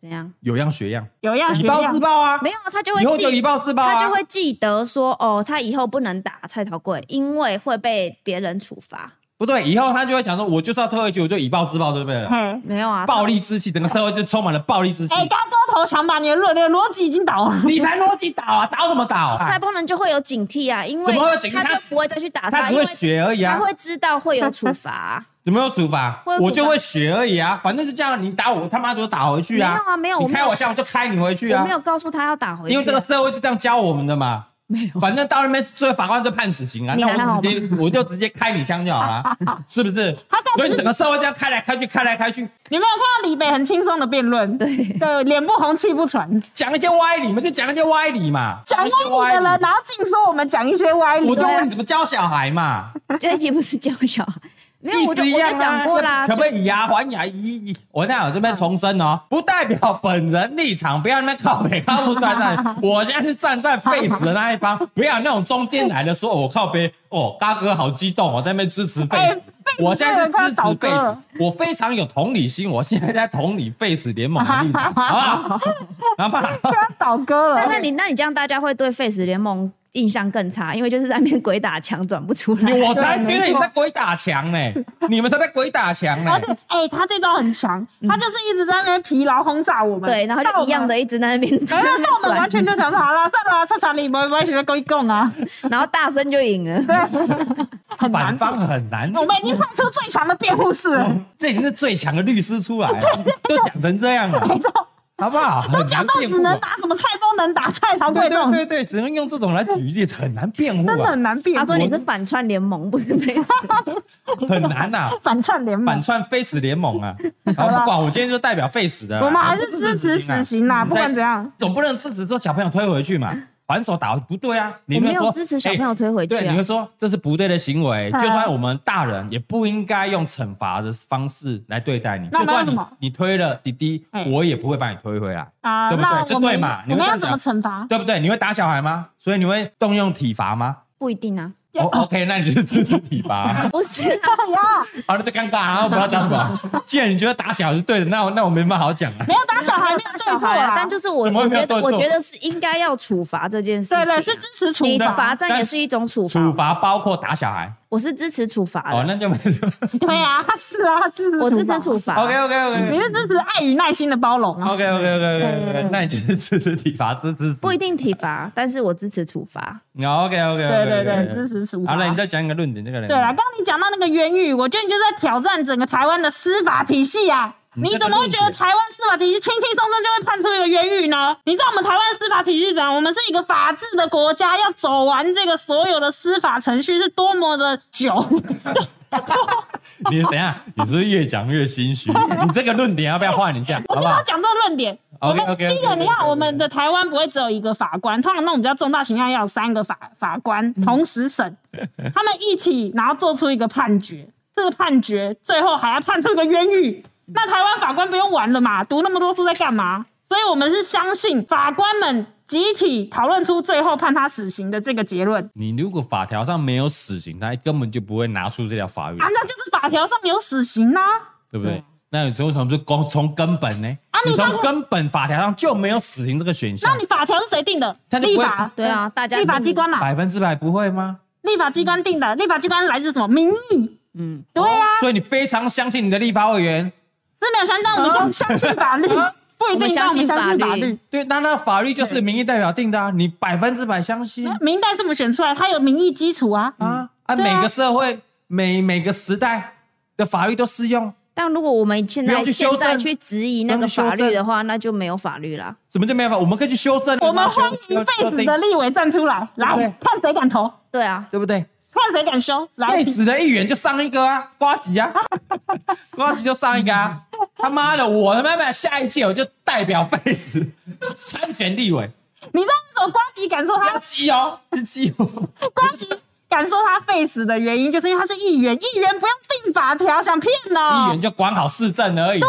怎样？
有样学样，
有样
以
学
暴制
样，
暴啊，
没有，他就会
以后
记
就以暴制暴啊，
他就会记得说，哦，他以后不能打蔡桃贵，因为会被别人处罚。
不对，以后他就会讲说，我就是要推回去，我就以暴制暴，对不对了？
嘿。
没有啊，
暴力之气，整个社会就充满了暴力之气。
哎，刚刚头强把你的论，你的逻辑已经倒了。
你才逻辑倒啊，倒什么倒、
蔡
啊？
波能就会有警惕啊，因
怎
为
么会有警惕
他
他
就不会再去打
他只
因为
会学而已啊
他，会知道会有处罚啊、
怎么有处罚
会有？处罚
我就会学而已啊，反正是这样，你打我，我他妈就打回去啊。
没有啊没有我
你
没有
开我枪，我就开你回去啊
我没。有告诉他要打回去，
因为这个社会就这样教我们的嘛。
没
哦
有，
反正到那边最后法官就判死刑啊，
你
那
还
我
好
直接我就直接开你枪就好 了，是不是？
他上次
所以整个社会这样开来开去，开来开去，
你没有看到李北很轻松的辩论？
对
对，脸不红气不喘，
讲一些歪理嘛，就讲一些歪理嘛，
讲
一些
歪理的人，然后净说我们讲一些歪理
我。就问你怎么教小孩嘛，
这一集不是教小孩，没有，
意
我就
思一
我
样啊
就讲过啦，
可不
就啊
可以以牙还牙？以以，我那我这边重申哦，不代表本人立场，不要那边靠北靠不站在，我现在是站在肺腑的那一 方，不要那种中间来的说我靠北哦，大哥好激动哦，我在那边支持肺
哎
腑
肺。
我现在是支
快要
持
倒
肺
戈
腑
了，
我非常有同理心，我现在在同理肺死联盟的 立场，
啊
好不好？然后
不要倒戈了
但，那你那你这样大家会对 Face 联盟印象更差，因为就是在那边鬼打墙转不出来。
我才觉得你在鬼打墙呢，你们才在鬼打墙 呢
哦
而。且哎、他这招很强，他就是一直在那边疲劳轰炸我
嗯
们。
对，然后就一样
的。
的一直在那 边
哎，那我们完
转，
全就想说，好啦，算了啦，彻查你不不学归共啊，
然后大声就赢 了。
很
反
难。
方很难，
我们已经派出最强的辩护士了，
这已经是最强的律师出来 了，都讲成这样了，
没错，
好不好？
哎 都
很
讲
难
到
辩护
只能
啊。
打什么菜不能打菜，曹
对
贵
对
仲
对对，只能用这种来举例，很难辩护
真的
啊，
很难辩护。
他说你是反串联盟，不是 Face。
很难呐、
反串联
反
盟，
串非死联盟 啊！然后
好啦
不管，我今天就代表废死的啦，
我们还
呃啊不
是支持死
啊，
刑啦，
嗯
不管怎样，
总不能支持说小朋友推回去嘛，还手打不对啊！你
我
们
没
说
有支持小朋友
哎
推回去
对，
啊
你会，说这是不对的行为，就
啊
算我们大人也不应该用惩罚的方式来对待你。
那
就
我们要
算
什
你
么
你推了弟弟
哎，
我也不会把你推回来。
啊，
对不对
那
这
我
对
们
嘛你
我
会
们
这
要
样
怎么惩罚？
对不对？你会打小孩吗？所以你会动用体罚吗？
不一定 啊，
哦、o k 那你就是支持体罚。
不是啊，
哎呀，
好了，这尴尬啊，我不知道讲什么。既然你觉得打小孩是对的，那我那我没办法好讲了、
没有打小孩，没有
打
对
小
错
孩啊
啦，，
但就是我
怎么
我
会没有
觉得
对错
我觉得是应该要处罚这件事情啊。
对对是支持处
你罚
罚，
站也是一种处罚
处，罚包括打小孩。
我是支持处罚
哦，
的，
那就没有。
对啊，是啊，他支持
我支持
处
处罚。
OK OK
罚，你
OK
是支持爱与耐心的包容啊。
OK OK OK OK，那你就是支持体罚，支持死
不一定体罚，但是我支持处罚。
OK OK OK，
对对对，支持处罚。
好了，你再讲一个论点，这个人
对啊了，刚刚你讲到那个冤狱，我觉得你就是在挑战整个台湾的司法体系啊！
你
你
这个
怎么会觉得
论点
台湾司法体系轻轻松松就会判出一个冤狱呢？你知道我们台湾司法体系怎样？我们是一个法治的国家，要走完这个所有的司法程序是多么的久。
你等一下，你是不是越讲越心虚？你这个论点要不要换一下？
我
好
就
不好
要？讲这个论点。我
OK，OK，OK，
们第一个，
OK，OK，
你看
OK，OK
我们的台湾不会只有一个法官，通常那种比较重大情况要有三个法法官同时审，他们一起然后做出一个判决，这个判决最后还要判出一个冤狱，
嗯
那台湾法官不用玩了嘛？读那么多书在干嘛？所以我们是相信法官们集体讨论出最后判他死刑的这个结论
你如果法条上没有死刑，他根本就不会拿出这条法律
啊，，那就是法条上有死刑啊呐、
对不对？那你说为什么不是光从根本呢？
啊你
你
刚
从根本法条上就没有死刑这个选项
那，你法条是谁定的？
他就不
立
会嗯
法
对啊，大家
立法
定
机关嘛，
百分之百不会吗？
立法机关定的，立法机关来自什么民意？
嗯，
对啊呀、
所以你非常相信你的立法委员，
是没有相信，但我们相相信法律，不一定，啊但我们相信
我
法
们相信
律。
对，那那法律就是民意代表定的啊，你百分之百相信
明代是我们选出来，它有民意基础啊。
啊啊！
对啊
每个社会每每个时代的法律都适用，
但如果我们现
不用
在
去修
现
正
在去质疑那
不
个
用去修
法律
正
的话，那就没有法律啦。
怎么就没有法？我们可以去修正，
我们欢迎
修修
face
订
的立委站出来，来看谁敢投，
对啊，
对不对？
看谁敢修，来
累。死的议员就上一个啊，瓜吉 啊，瓜吉就上一个啊。他妈的，我他妈的下一届我就代表 face 参选立委，
你知道为什么瓜吉敢说
不要
他
激哦，是激哦。
瓜吉敢说他 face 的原因，就是因为他是议员，议员不用定法条，想骗哦
议
呢
员？就管好市政而已啦，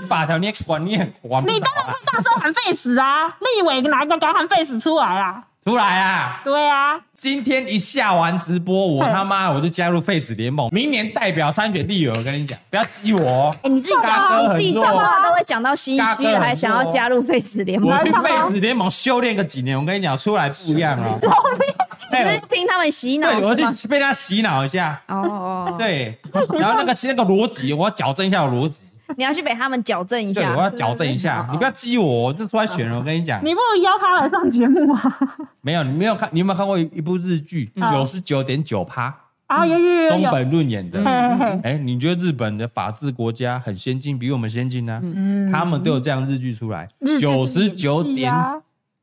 你法条你也管，啊你也管不
你
着
当然
啊
可以。大声喊 face 啊，立委哪一个敢喊 face 出来啊？
出来啊！
对啊，
今天一下完直播，我他妈我就加入 face 联盟，明年代表参选立委。我跟你讲，不要激我哦，
哎，你自己
大哥
讲，你自己
很弱
讲话都会讲到心
大
虚
哥很
了，还想要
弱
加入 Face 联盟
我，去
来吧
face 联盟修炼个几年，我跟你讲，出来不一样啊了。
就
哎
是听他们洗脑
对，我
是吗？
去被他洗脑一下。
哦哦，哦，
对，然后那个其实那个逻辑，我要矫正一下我逻辑。
你要去给他们矫正一
对，我要
下。
矫正一下，你不要激我，我这出来选人，我跟你讲，
嗯你不如邀他来上节目啊！
没有，你没有看，你有没有看过一一部日剧《九十九点九趴
啊，有有》，嗯有嗯
松
有，
本润演的。
嘿嘿嘿，
哎，你觉得日本的法治国家很啊先进，比我们先进呢？他们都有这样日剧出来，
嗯日剧
九
是
十
演
九
戏
点
啊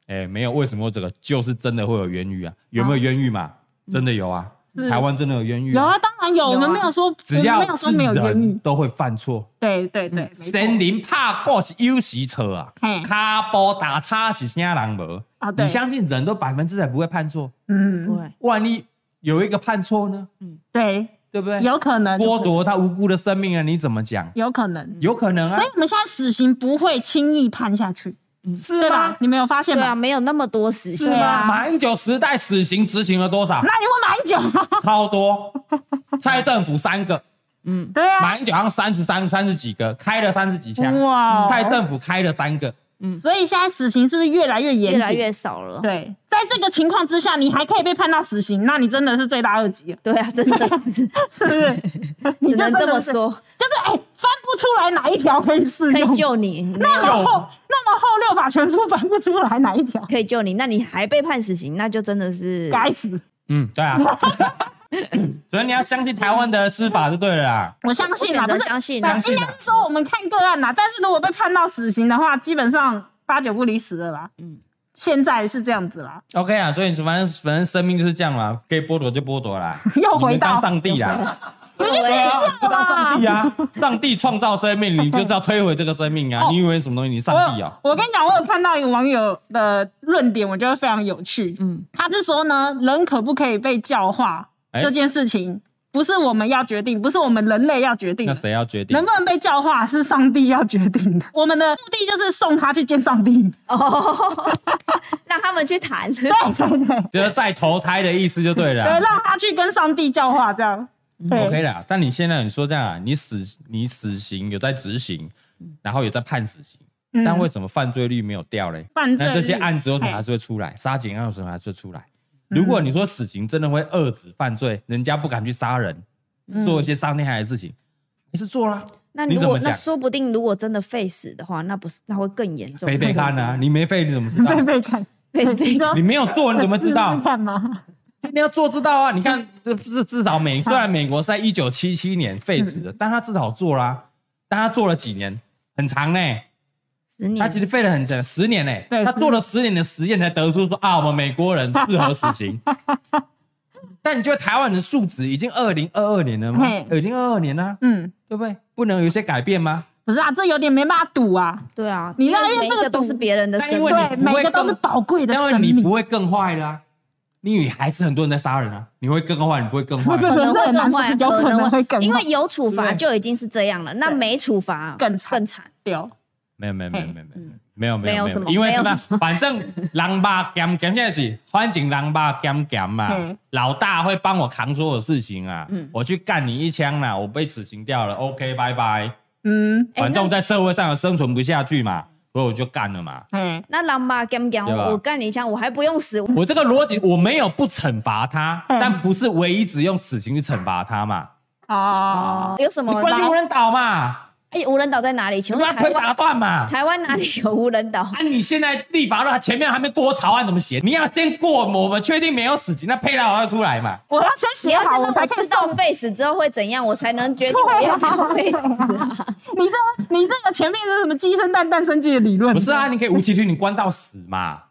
哎，没有，为什么有这个？就是真的会有冤狱啊？有没有冤狱嘛？真的有啊，
嗯是
台湾真的有冤狱
有
啊、
啊，当然有，我
有啊
们没有说，
只
我们没
要
有说
是
没有言
人
语。
都会犯错。
对对对，没错
嗯森林怕过是有时车啊
嘿，
卡波打叉是啥人无？
啊对
你相信人都百分之百不会犯错，
嗯，
对，
万一有一个犯错呢？
对，
对不对？
有可能
剥夺他无辜的生命啊，你怎么讲？
有可能。
有可能啊
所以，我们现在死刑不会轻易判下去，
是
对吧
吗？？
你们有发现
对啊，
吗？
没有那么多时
是
限
对
吗？
啊
马英九时代死刑执行了多少？
那你会马英九？
超 多，蔡政府三个，
嗯
对啊，
马英九好像三十三、三十几个，开了三十几枪，
哇哦
蔡政府开了三个，
所以现在死刑是不是越来越严
越
谨？
来越少了。
对，在这个情况之下，你还可以被判到死刑，那你真的是罪大恶极 了，
对啊，真的 是只
是不是？你就
能
真的
这么
是，
说，
就是哎、翻不出来哪一条可以适
可以
用，
救 你，没
那
有
么后那么后六法全书翻不出来哪一条，
可以救你，那你还被判死刑，那就真的是
该死！
嗯，对 啊。所以你要相信台湾的司法就对了啦。
我相
我
信
选
啊，不
择
是
相信啊
相，
应
信
该
啊
是说我们看个案啦，但是如果被判到死刑的话，基本上八九不离十了啦。嗯，现在是这样子啦，
OK 啊，所以反正反正生命就是这样嘛，可以剥夺就剥夺 啦，
又
你
回
们当
到
上帝啦，
有些事
对
情
啊，
这
就
样
当上帝
啦。
啊，上帝创造生命，你就是要摧毁这个生命啊，
哦
你以为什么东西？你上帝啊？
我我跟你讲，我有看到一个网友的论点，我觉得非常有趣。
嗯，
他是说呢，人可不可以被教化、
哎
这件事情，不是我们要决定，不是我们人类要决定
那
的，
谁要决定
能？不能被教化是上帝要决定的。我们的目的就是送他去见上帝。
哦， 让他们去谈，
就是再投胎的意思就对了
对，
啊。
让他去跟上帝教化，这样。对
嗯 OK 啦，但你现在你说这样啊，你死你死刑有在执行，然后有在判死刑，
嗯
但为什么犯罪率没有掉嘞？
犯罪
那这些
率
案子有可能
嘿
还是会出来，杀警案有可能还是会出来。如果你说死刑真的会遏制犯罪，人家不敢去杀人，做一些伤天害理的事情，还是做啦。
那
你
如
怎么
果
讲
那说不定，如果真的废死的话，那不是那会更严重。
肥 肥看啊，你没废你怎么知道
被？被看，
被被
你说
你没有做你怎么知道
被？看吗？
你要做知道啊！你看，这至至少美，虽然美国是在一九七七年废止的，但他至少做啦、但他做了几年，很长呢、
十年
他，其实废了很长，十年呢、
对
他做了十年的实验才得出说啊，我们美国人适合死刑。但你觉得台湾人素质已经二零二二年了吗
嘿？
已经二二年了，
嗯，
对不对？不能有一些改变吗？
不是啊，这有点没办法赌啊。
对啊，
你
因
那
为
因为
每一
这个
个都
赌
是别人的
那
生
因为
命，
对，
你不会
每个都是
更
宝贵的
因为
生
你
命
不。会更坏的、啊，因为还是很多人在杀人啊，你会更坏，你不会更坏
会
吗。
不会
可能会更坏，
有可能会更坏
因为有处罚
对
就已经是这样了，那
对
没处罚
更惨
更惨。
丢，
没有没有没有
嘿
没有
嗯没
没有没有
有什么
因为
没有
什么
什？
反正狼爸减减这是，反正狼爸减减嘛
嗯，
老大会帮我扛所有事情啊，
嗯
我去干你一枪啦，我被死刑掉了，OK，拜拜。
嗯，
哎
反正
那
我在社会上有生存不下去嘛，所以我就干了嘛。
哎，
那狼爸干不干？
对吧
我我干你一枪，我还不用死，
我这个逻辑我没有不惩罚他，
嗯
但不是唯一只用死刑去惩罚他嘛，
哦，
有什
你
么
关
狼
心无人岛嘛，
哎，无人岛在哪里？
你
请
把
问
他
台
腿
湾
打断 嘛。
台湾哪里有无人岛？
啊！你现在立法了，前面还没过草案怎么写？你要先过，我们确定没有死刑，那配套要出来嘛？
我要先
你
写
要先
好，
让
我才
我
可以
知
送
道 face 之后会怎样，我才能 决定我要不要 face 啊。
你这你这个前面是什么鸡生蛋蛋生鸡的理论？
不是啊，你可以无期徒，你关到死嘛，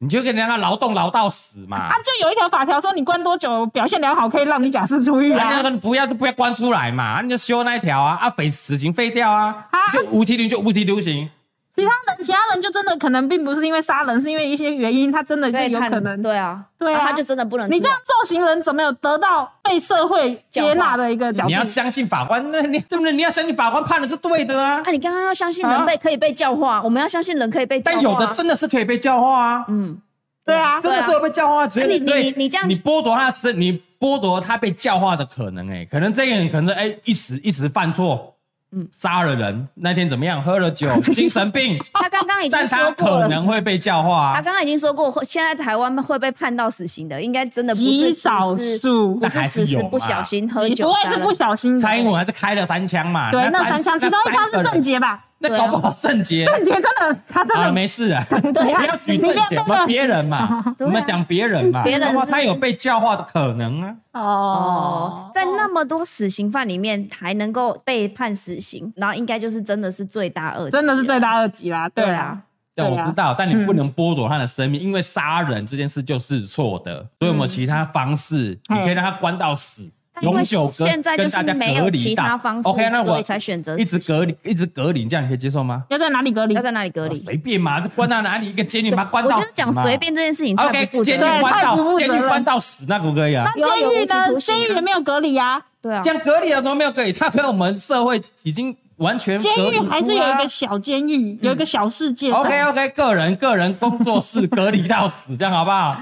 你就跟人家劳动劳到死嘛
啊，。就有一条法条说你关多久表现良好可以让你假释出狱
啊，那
啊。
个不要就不要关出来嘛，啊你就修那一条啊，啊，匪死刑废掉啊
啊，
就无期徒就无期徒刑。
其他人其他人就真的可能并不是因为杀人，是因为一些原因，他真的是
对
有
判
可能。
对啊，
对啊
那他就真的不能出来。
你这样受刑人怎么有得到被社会接纳的一个角
你
度？
要相信法官，那你对不对？你要相信法官判的是对的啊
哎
啊，。你刚刚要相信人被可以被教化，我们要相信人可以被教化。
但有的真的是可以被教化啊，
嗯，
对啊，
真的是有被教化的。所以
啊你
所以
你你你这样
你剥夺他是，你剥夺他被教化的可能、欸，可能这个人可能是哎、一时一时犯错，嗯，杀了人，那天怎么样？喝 了酒，精神病，
他刚刚已经
但他
说过
可
了。
能会被教化、
他
啊，
刚刚已经说过，会现在台湾会被判到死刑的，应该真的不是
极
只是
少，数
不
但
是
还是
只是
有嘛
不小心喝
你
酒
不会
杀
是
人
不小心的
蔡英文还是开了三枪嘛，
对那
那
三枪，其中一枪是郑
啊
正，
杰吧？
那搞不好郑杰。
郑杰真的，他真
啊，
的
没事啊，
对
不
啊
要举郑
你不
杰，
要
我们别人嘛，
对
我
啊
们讲别人嘛，
别人
搞不好
是
他有被教化的可能啊。
哦
哦，，
在那么多死刑犯里面，还能够被判死刑，然后应该就是真的是罪大恶极，
真的是罪。大恶极啦，对
对
啊
啊，，
对，
对
我
啊
知道，但你不能剥夺他的生命，因为杀人这件事就是错的，所以我们其他方式，你可以让他关到死，
嗯但因为
永久隔
现在就
跟
是
大家
没有
隔
其
离到
他方式
OK，那
所
我
以才选择
一直隔离，一直隔离，这样你可以接受吗？啊
要在哪里隔离
要？在哪里隔离？
随便嘛，就关到哪里一个监狱，
随
把它关到
我觉
死
得讲
嘛
随便这件事情太
OK，
不负责
监狱
任了。
对
关
太不
到
负责
监
任
狱关到死，那可不可以啊
那？监狱呢？监狱也没有隔离啊，
对啊，
这样隔离了都没有隔离，他跟我们社会已经完全
监
隔离
狱还是有一
出
个
啊
小监狱，有一个小世界。
OK OK，个人个人工作室隔离到死，这样好不好？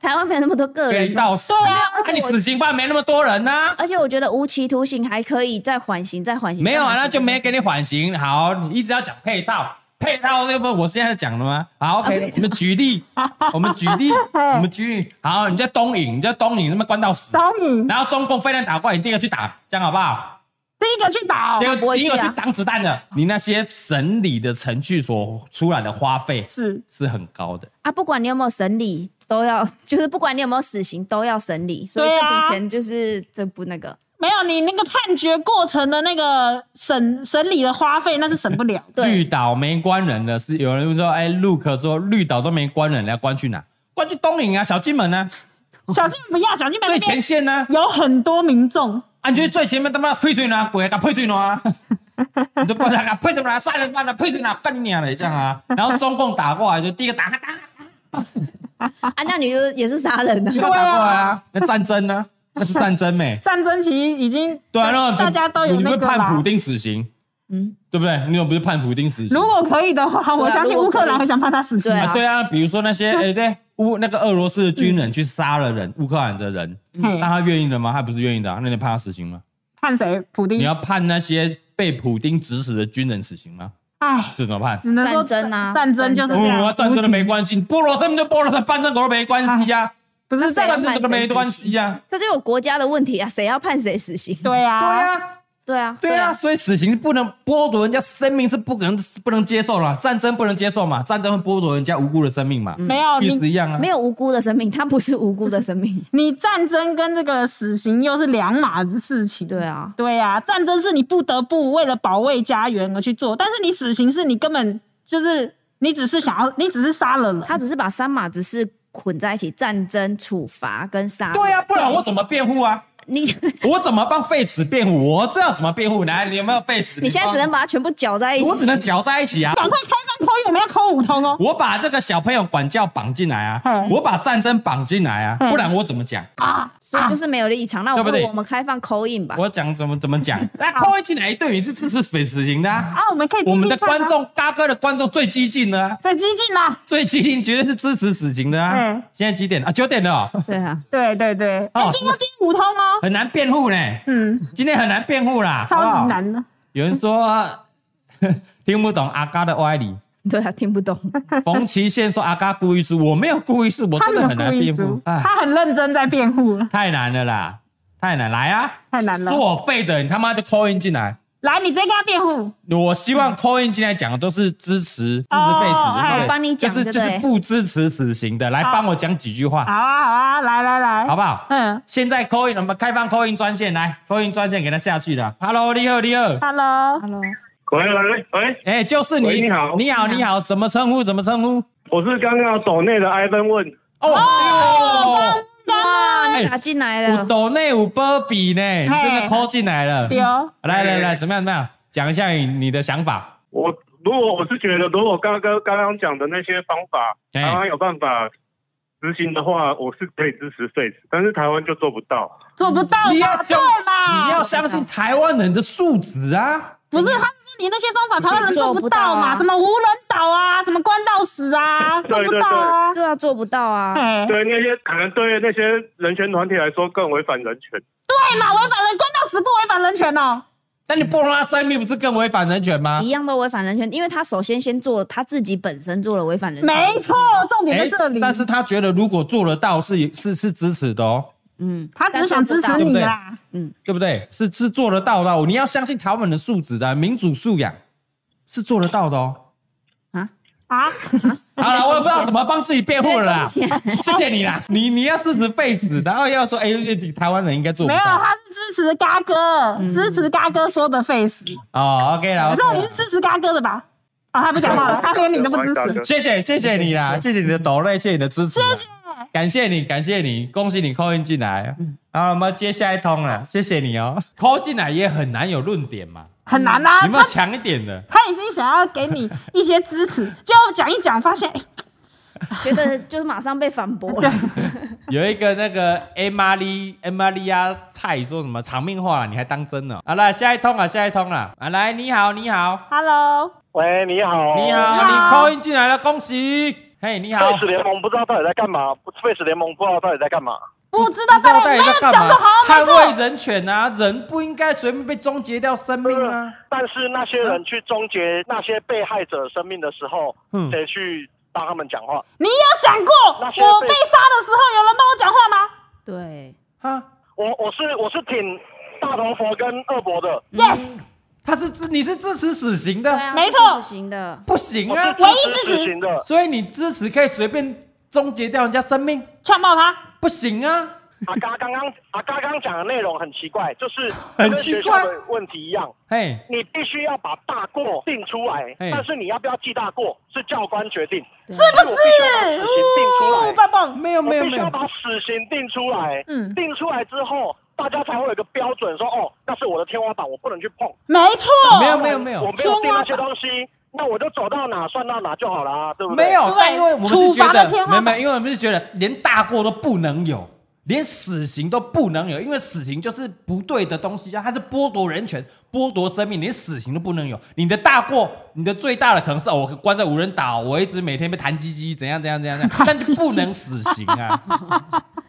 台湾没有那么多个
隔离
人啊，
到死，
对啊
那你死刑犯没那么多人呐、
而且我觉得无期徒刑还可以再缓刑，再缓刑。
没有啊，
再缓
那
刑
就没给你缓刑。好，你一直要讲配套，配套这不是我现在讲的吗？好，OK，我们举例，我们举例，我们举例。好，你在东引，你在东引，他妈关到死，
导引
然后中共飞弹打过来，你第一个去打，这样好不好？
第一个去打哦，
结
不
果
会
第一
去
个
啊
去挡子弹的，你那些审理的程序所出来的花费
是
是很高的。
啊，不管你有没有审理，都要就是不管你有没有死刑，都要审理，所以
对
这
啊
笔钱就是这不那个。
没有你那个判决过程的那个审审理的花费，那是省不了的。
绿
对，
岛没关人的是有人说，哎，Look 说绿岛都没关人，要关去哪？关去东引啊，小金门啊，
小金不要，小金
最
门那
前
边
线呢、啊？
有很多民众，
啊，你就是最前面他妈配水呢，鬼啊，配水呢 啊！你就过来啊，配什么啦？杀人犯了，配水呢，干你娘嘞，这样啊！然后中共打过来，就第一个打他，打
啊，那你就也是杀人
第一
啊。
个打过来啊！那战争呢？那是战争没？
战争其实已经
对啊，那
大家都有
你
那
会
个
判
啦
普。丁死刑，
嗯，
对不对？你有不是判普丁死刑？
如果可以的
啊
话，我相信乌克兰会想判他死刑
对。
啊，
啊
对啊，比如说那
嗯
些哎、对乌那个俄罗斯的军人去杀了人，乌克兰的人，
嗯嘿
那他愿意的吗？他不是愿意的、啊，那你判他死刑吗？
判谁？普
你
丁？
要判那些被普丁指使的军人死刑吗？
哎，
这怎么判？
只能说
战争啊
战争就是这
嗯，
样。
战争都没关系，波罗跟就波罗的，半争国都没关系呀、
不是
谁要
战
判
争这个没
谁死
关
刑
系呀、
这就有国家的问题啊，谁要判谁死刑？
对
啊。
啊，
对啊，
对啊，
对啊，，所以死刑不能剥夺人家生命是不可能不能接受了，战争不能接受嘛，战争会剥夺人家无辜的生命嘛，
嗯没有
意思
你，
一样啊。
没有无辜的生命，他不是无辜的生 命。
你战争跟这个死刑又是两码子事情。
对啊，
对啊，战争是你不得不为了保卫家园而去做，但是你死刑是你根本就是你只是想要，你只是杀了人。
他只是把三码子事混在一起，战争、处罚跟杀。
对啊，，不然我怎么辩护啊？
你
我怎么帮 face 辩护？我知道怎么辩护。来，你有没有 face？
你现在只能把它全部搅在一
帮
起
我。只能搅在一起啊！
赶快开放口语，我们要口五通哦。
我把这个小朋友管教绑进来啊，
嗯
我把战争绑进来啊，
嗯
不然我怎么讲？
啊，
所以就是没有立场。那我
对不
不
对
如我们开放口音吧。
我讲怎么怎么 讲？那扣一进来对你是支持水死刑的啊，
啊，我们可以听听
我们的
看啊
观众大哥的观众最激进的啊，
在激进啦。
最激进绝对是支持死刑的啊
嗯！
现在几点啊？九点了 哦，
对啊，
对对对，
哦
哎，今天要进五通哦。
很难辩护呢，
嗯，
今天很难辩护啦，好不
超
好
级。难的。
有人说 听不懂阿嘎的歪 理。
对啊，听不懂。
冯琦先说阿嘎故意输，我没有故意输，我
他
真
没
的很
有
难
故意
辩
输
护，，哎，
他很认真在辩护了，
太难了啦，太难，来啊，
太难了
说。我废的，你他妈就扣印进来。
来，你直接跟他辩护。
我希望扣印进来讲的都是支持支持
哦
废死的，
哎
对不对
帮你讲
就是
就
就是
对
不支持死刑的，来
好
帮我讲几句
好
话，
啊，好啊，来来来，
好不好？
嗯
现在扣印，我们开放扣印专线，来扣印专线给他下去了。Hello，你好，你好，
，Hello，
Hello，
喂喂喂，
哎，就是你，
喂你好
你好，你好，怎么称呼？怎么称呼？
我是刚刚抖内的艾登问，
哦，
哇，
哎
你打进来
有
了，
抖内有波比呢，你真的扣进来了。
丢。
来来来，
哎
怎么样？怎么样？讲一下你你的想法。
我如果我是觉得，如果刚刚刚刚讲的那些方法，
哎
台湾有办法执行的话，我是可以支持 Face，但是台湾就做不到。
做不到
你
嘛，
要
对
相
嘛？
你要相信台湾人的素质啊！
不是，他是说你那些方法台湾人做不到
做不到
嘛？
啊
什么无人岛啊，什么关到死啊，做
对
不到啊。
对啊，做不到啊。
哎，
对那些可能对那些人权团体来说更违反人权。
对嘛，违反人关到死不违反人权哦。
但你剥夺他生命，不是更违反人权吗
一？样都违反人权，因为他首先先做他自己本身做了违反人权，
没错，重点在这里。
哎但是他觉得如果做得到是是是支持的哦，
嗯，
他只是想支持你啊啦。
对不对？是是做得到的哦、你要相信台湾人的素质的啊、民主素养是做得到的哦。
啊，
好 了，我也不知道怎么帮自己辩护了啦，
谢谢
谢谢你啦。你你要支持 face，然后要说哎、台湾人应该做不
没有，啊
到。
他是支持嘎哥，支持嘎哥说的 face。
哦，OK 啦
可
OK
是
啦
你是支持嘎哥的吧？啊，他不讲 话了，他连你都不支持。
谢谢谢谢你啦，谢谢你的抖内，谢谢你的支持啦，感谢你感谢你，恭喜你扣印进来，
嗯
然后我们接下一通了，谢谢你哦，扣进来也很难有论点嘛，
很难啊，
有没有
他
强一点的？
他已经想要给你一些支持，结果讲一讲发现，哎、
觉得就是马上被反驳了。
有一个那个 A 玛丽 A 玛利亚菜说什么长命话，你还当真了？好了，下一通了，下一通了，啊来，你好你好
h e l l o
喂，你好，
哦你好，哎
你
你
好
扣印进来了，恭喜，嘿你好
Face。联盟不知道到底在干嘛，Face 联盟不知道到底在干嘛。
不知道
不知道
在
底在
讲
干
的
嘛
好，，没错，
捍卫人权啊！人不应该随便被终结掉生命啊！
但是那些人去终结那些被害者生命的时候
嗯，
谁去帮他们讲话？
你有想过
那现在被
我被杀的时候有人帮我讲话吗
对，
啊，
我我是我是挺大头佛跟恶魔的，
嗯
？Yes，
他是支你是支持死刑
对
的，
啊，
没错
这是行的，
不行
我
啊
是！
唯一支持
支持型的。
所以你支持可以随便终结掉人家生命，
呛爆他！
不行啊！
阿嘎刚刚阿嘎刚讲的内容很奇怪，就是
很
跟
奇
学
怪
校的问题一样。
嘿，
你必须要把大过定出来，
嘿
但是你要不要记大过是教官决定，
是
是不是？
我必须要把死刑定出来
呜，棒棒！
没有没有
我必
没
须要
有，
把死刑定出来。
嗯
定出来之后，大家才会有一个标准说哦，那是我的天花板，我不能去碰。
没错，
没有没有没
我
有
没有定那
天
些东西，那我就走到哪算到哪就好了啊，对不对？
没有
对，
但因为我们是觉
处罚的
得
天花
没有没
板
有，因为我们是觉得连大过都不能有。连死刑都不能有，因为死刑就是不对的东西啊，它是剥夺人权、剥夺生命，连死刑都不能有。你的大过，你的最大的可能是哦，我关在无人岛，我一直每天被弹鸡鸡，怎样怎样怎样怎 样，但是不能死刑啊。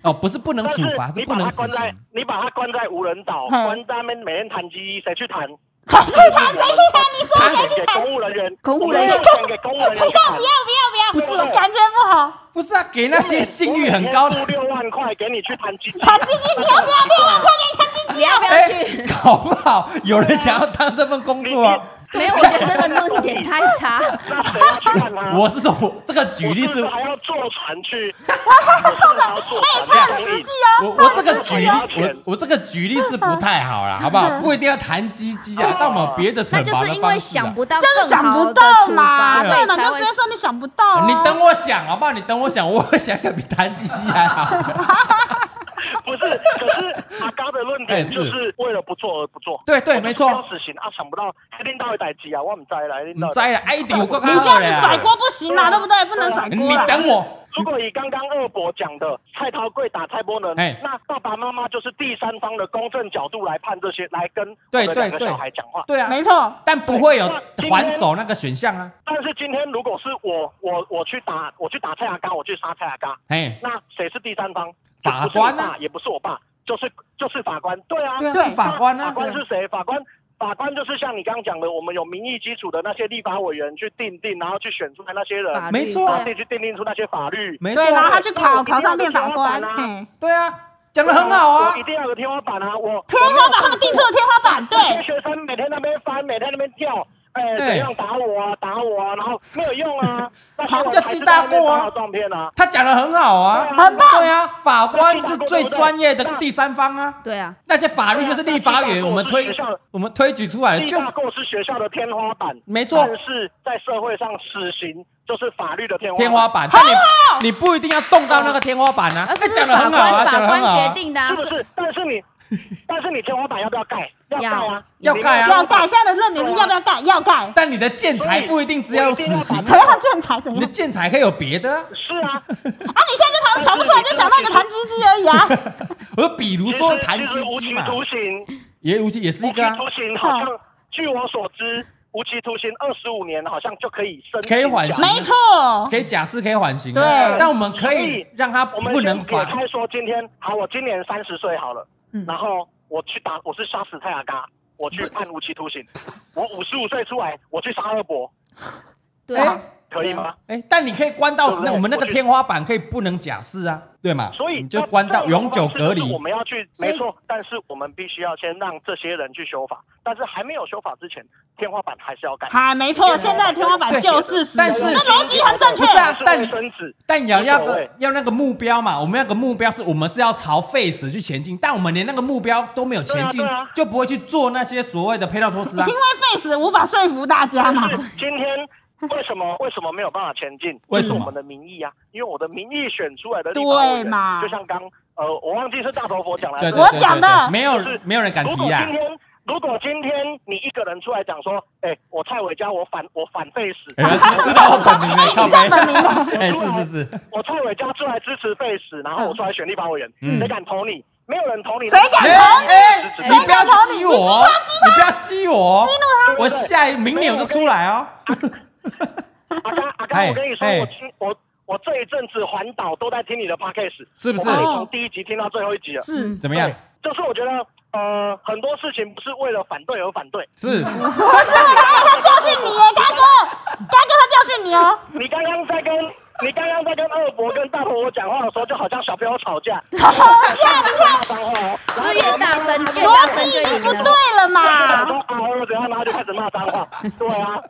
哦，不是不能
但
处
是
罚，是
你
不
把
能
他
死
关在
刑。
你把他关在无人岛，
嘿
关在那边每天弹机，谁去弹？
谁去谈？谁去谈？你说谁
传
去
给
谈？
公务人员，
公务
我们
人员
要传给公务人
不要
员去
不要
弹。
不要！
不是
我感觉不好。
不是啊，给那些信誉很高的
我每天付六万块给你去弹机，
谭晶晶，你要不要六万块给谭晶晶？
要不要去？
哎搞不好有人想要当这份工作啊。
没有，我觉得这个论点太差。
那谁要去啊看他？
我是说，我这个举例
我
是
不还要坐船 去，坐船，哎，
他很实际啊！
我我这个举例，
要钱
我我这个举例是不太好啦，好不 好？不一定要谈鸡鸡啊，但我们有别的
那
惩
就
罚
是
的
因
方
为
式啊
想。不到
就是
更
想
好
不
的
到
处
嘛，
罚，
所以嘛，
才
就
会
直接说你想不到啊。
你等我想好不好？你等我想，我会想个比弹鸡鸡还好。
不是，可是阿高的论
哎
点
是
就是为了不做而不做。
对对，没
我就
错
不。要死刑啊，想不到一定到一代机啊，我唔知啦，一定
你
到底。
栽了，哎，我刚
你
刚
这样子甩锅不行啦，对不对？不能甩锅
你
啦。
等我。
如果以刚刚二伯讲的蔡桃贵打蔡波能
哎，
那爸爸妈妈就是第三方的公正角度来判这些，来跟
对
我的两个
对对
小孩讲话。
对啊，
没错，
但不会有
对
还手那个选项啊。
但是今天如果是我，我我去打，我去打蔡阿刚，我去杀蔡阿刚，
哎，
那谁是第三方？
法
就不是
官
我
啊
爸，也不是我爸，就是就是法官。对啊，
对啊
对
是法官
那
啊，
法
对
官
啊
是谁？法官。法官就是像你刚刚讲的，我们有民意基础的那些立法委员去定定，然后去选出来那些人，
法律
没错啊
自己去定定出那些法律。
没错
对，
啊。
然后他去考，考上变法
我一
官
定要有个天花板。啊
嘿
对啊，讲的很好啊
我一。定要有个天花板啊！我
天花板，他们定出了天花板，
那些
对，
学生每天那边翻，每天那边跳，哎，
对
怎样打我啊，打我啊，然后 没有用啊。那些人
就记大过啊
还是在那边发照片啊。
他讲的很好啊，
很
棒。对啊，法官是最专业的第三方啊。
对啊，
那些法律就是立法委员，我们推我们推举出来的，
地
哎就
大过是学校的天花板，
没错
但是在社会上死刑就是法律的天花
天花。板。但你你不一定要动到那个天花板啊。
而且
那
是
讲的
法
很好啊，
官
讲
法
的很
官
好
决
啊。
定的啊，
是不
是
是？但是 你，但是你天花板要不要盖？要盖啊！
要盖啊
要盖。现在的论点是要不要盖？要盖，
但你的建材不一定只有死刑啊，
才要这样才怎
你
样
的？建材可以有别的啊。
是 啊，
啊，你现在就他们想不出来，就想到一个弹鸡鸡而已啊。
我比如
其实
说弹
其
鸡
实无
鸡
期
嘛，
徒刑，
也无期也是
无
一
期
个啊，
徒刑好
嗯
像，据我所知，无期徒刑二十五年好像就可以申请
可以缓
假
刑
没错，
可以假释可以缓刑啊。
对
但我们可
所
以
以
让他
我们
不能
先撇
罚。
开说，今天好，我今年三十岁好了，
嗯
然后我去打，我是杀死泰雅嘎，我去判无期徒 刑，我五十五岁出来，我去杀二伯，
对啊
哎，
可以吗？
哎，但你可以关到
对不
那
对
我们那个
我觉得
天花板可以不能假释啊，对嘛？
所以
你就关到
那这种
永久隔离
方式就。是我们要去，
所以
没错，但是我们必须要先让这些人去修法，但是还没有修法之前，天花板还是要改。
嗨，没错，现在天花板就是死
但
刑，
是
这逻辑很正确
不。是啊但
但生子，
但也要
无所谓
要要那个目标嘛，我们那个目标是我们是要朝 face 去前进，但我们连那个目标都没有前进，
对啊对啊
就 不会去做那些所谓的佩道托斯啊
因。为 Face 无法说服大家嘛
但。是今天为什么为什么没有办法前进？
为
这
什
是
么
我们的民意啊，因为我的民意选出来的立
对
法委员
嘛
就像刚呃，我忘记是大头佛讲来
对
着，
对对
我
对
讲的
对没有
就是
没有人敢
如果
提啊
今。天如果今天你一个人出来讲说，哎，我蔡伟佳我反我反废死，
哎知知道我本名了，靠
叫本名
背。 哎，是是是，
我蔡伟佳出来支持废死，然后我出来选立法委员，
嗯
谁敢投你？没有人投
嗯
你，
谁敢
哎
投你？
哎，
谁
你不要
敢投
激
你你
我，哦
激他激
你不要激我，哦
他
我下一明年我就出来哦。
啊阿刚，阿
哎
刚，我跟你说，
哎
我听我我这一阵子环岛都在听你的 podcast，
是不是
我帮你从第一集听到最后一集了。
是
怎么样
对？就是我觉得，呃，很多事情不是为了反对而反对。
是
不是他他教训你耶，嘎哥，嘎哥他教训你哦，
你刚刚在跟 你刚刚在跟二伯跟大头我讲话的时候，就好像小朋友吵 架，
吵架哦你看
骂脏话哦，
就越大声越大
逻
声
辑
就
就
赢
不
了，
对了
然
嘛
后。啊，我怎样，然后就开始骂脏话。对啊，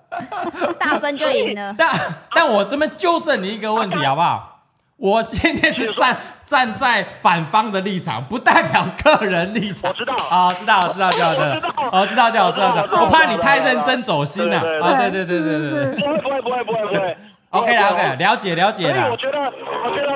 大声就赢了。
但但我这边纠正你一个问
啊
题好不好？我现在是站站在反方的立场，不代表个人立场。
我知道
啊，知道，我知道，知道，知道
我知道，
哦，知道，知道，知道，
我
知道。
知道
我怕你
我知道
太认真走心了
对对。对
啊，对对对对对对。
不会不会不会不会不会。
OK 啦
了
，OK，啦了解了
所
解
以
啦
我。觉得，我觉得，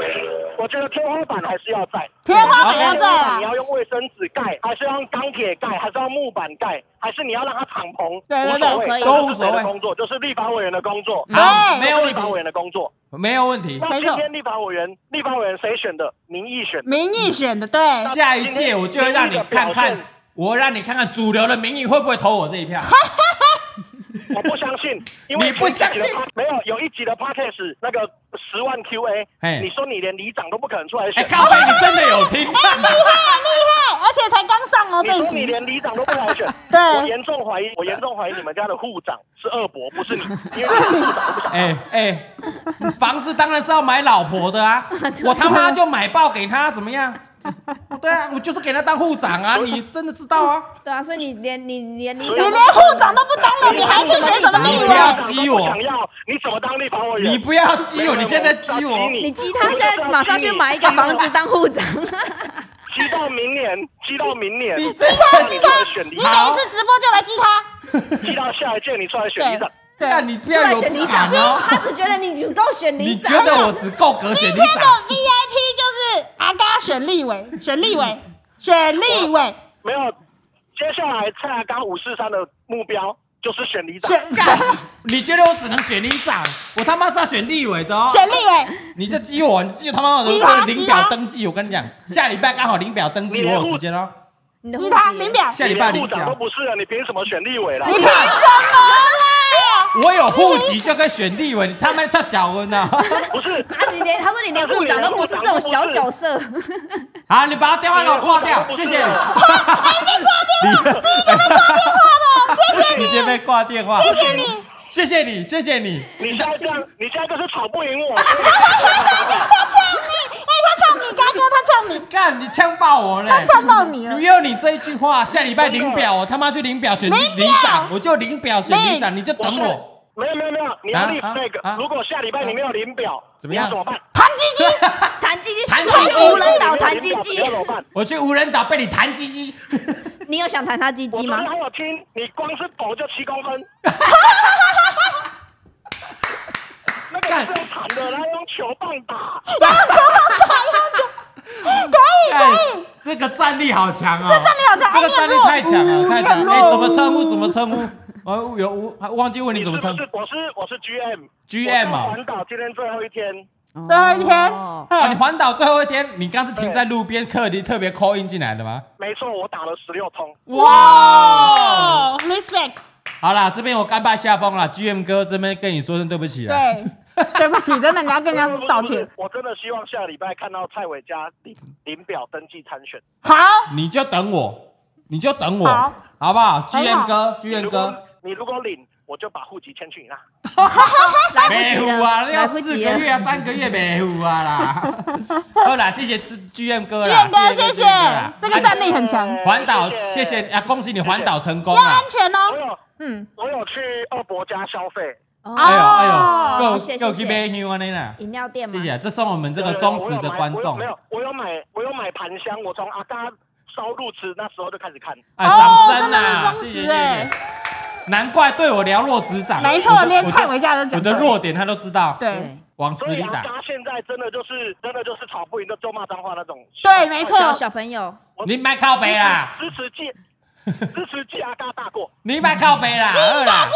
我觉得天花板还是要在。
天花板要在
你
啊
要，用卫生纸盖，还是要用钢铁盖，还是要用木板盖，还是你要让它敞篷？
对对
无
对
所谓
可以
这是
都无所谓嗯
谁的工作就是立法委员的工作，
好，
对
没有
立
问
法委
题，
员的工作。
没有问题。
那
没
今
错
天立法委员，立法委员谁选的？民 意选的。
民意选的对，
下一届我就会让你看看，我让你看看主流的民意会不会投我这一票。
我不相信，因为
你不相信
前几集的 pod- 没有有一集的 podcast 那个十万 QA，
嘿
你说你连里长都不可能出来
哎，
选，
靠背，你真的有听？啊
厉害，而且才刚上哦
你
这一
说你
集，
连里长都不 来选，
对
我严重怀疑，我严重怀疑你们家的护长是二伯，不 是你，因为你护长不 想
哎哎，房子当然是要买老婆的 啊！我他妈就买爆给他，怎么样？ 对啊，我就是给他当护长 啊！你真的知道啊？
对啊，所以你连你你连你
你连护长都不当
啊
了，你还去选什么立
你
委
不？要
你
激
不
我
想要，你怎么当立法委员？
你不要激我，你现在激我，
你鸡他现在马上去买一个房 子当护长，
期到明年，期到明年，
你
期
这
你出来选里
你
长，
每一次直播就来激他，
期到下一届你出来选里长。
啊
那啊你不
出
要
来
有
选里
感
长，
哦！
他只觉得你只够选里
你
长
觉。得我只够格选里
今天的
长？
VIP 就是阿嘎选立委，选立委，选立委，
没有，接下来蔡阿刚五四三的目标就是选里长。
选选
你觉得我只能选里长？我他妈是要选立委的哦！
选立委，
你就激我，你激他妈我
激他
的领表登记，我跟你讲，下礼拜刚好领表登记，
你
我
连
有
户
时间哦。
你的户
激
籍
他领表，
下礼拜
你
领
连部长都
表，
不是了，你凭什么选立委了？
你凭什么啦？
啊我有户籍就可以选立委，你他妈叫小文啊！
不是，你
啊，你连他说你连护长都不是这种小角色，
好，你把他电话给哎我挂掉，
你
谢
连户
谢
籍
你
都。
直接被挂电话的，谢谢你，谢谢你，谢谢你。
你现在这样，你现在就是吵不赢 我。
他呛你，哎，他呛你，嘎哥他呛你，
干，你呛爆我嘞！
呛到你了
没。有你这一句话，下礼拜领表，我他妈去领表选
领
领
表
长，我就领表选领长，你就等我。。
没有没有没有，你
啊
要立
啊
flag
啊。
如果下礼拜你没有领表，
怎么样
你要怎么办？
弹鸡鸡，
弹鸡鸡，
弹鸡
就
鸡
去无人岛
你没有
弹
领
鸡
表
鸡
你要，怎么办？
我去无人岛被你弹鸡鸡，
你有想弹他鸡
我
鸡
昨
吗
天？还有听，你光是抖就七公分。那个是用弹的，然后用球棒打。
哎，这个战力好强哦！这战力
好强
这个战力太强了，太强了！
哎
哎，
你很弱
怎么称呼？怎么称呼？我有我还忘记问你怎么
是
称
不是？我是我是 GM。
GM
我在
啊！
环岛今天最后一天，
最后一天，
哦
啊，你
嘿
环岛最后一天，你刚是停在路边特地特别 call in 进来的吗？
没错，我打了十六通。
哇！
哦，respect，
好啦，这边我甘拜下风啦，GM 哥这边跟你说声对不起啦。
对，对不起，真的你要跟人家说道歉。
我真的希望下礼拜看到蔡伟佳领领表登记参选。
好，
你就等我，你就等我，
好
不好
很
？GM
好
哥，GM
如
哥
果，你如果领，我就把户籍迁去你那。
来
没
不及
有
了，
啊，
来
要
不
四个
及了。
月啊，三个月没有啊啦。好啦，谢谢 GM 哥
志
啦
远哥，谢
谢 GM
谢
哥啦，
这个战力很强，
哎
环岛，谢
谢
谢啊，恭喜你环岛成功
要
啊
安！全
我
哦。
有
嗯，
我有去二伯家消费，
哎呦哎
哦
呦，够
谢谢
够
谢
去
谢
买香安尼啦，
饮料店
谢
吗？
谢，啊这送我们这个
对
忠实
我有
的
买
观
我有
众
没有，我有买，我有买盘香，我从阿嘎烧路吃那时候就开始看。
啊，
哦
掌声
真的是
呐！谢
忠实
谢谢谢
哎。
难怪对我了若指掌。
没
我
错，
的
连
我的
蔡伟嘉都讲
我的
错
弱点他都知道，
对
往死
所以
里
阿
打。
嘎现在真的就是真的就是吵不赢就就骂脏话那种。
哎
对，没错，
小小朋友，
你别靠北啦，
支持季，支持季阿嘎大过。
你别靠北啦，好啦，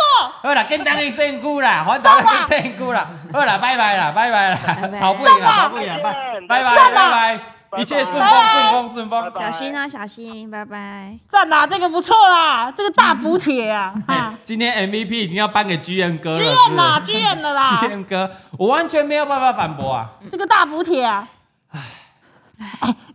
好啦，跟当你胜姑 啦，还早你胜姑啦，
啊
好啦，拜拜啦，拜拜 啦，
拜
吵不赢啦，吵不赢啦，
送吧
拜拜拜
啊
送吧
拜拜，一切顺风顺风顺风。
拜
小心啊，小心，拜拜。
赞啦，这个不错啦，这个大补铁啊，
哎
啊，
今天 MVP 已经要颁给 GM 哥了，
剧
是
院啦，
不
剧院了
是
啦，
？GM 哥，我完全没有办法反驳啊，
这个大补铁啊，哎，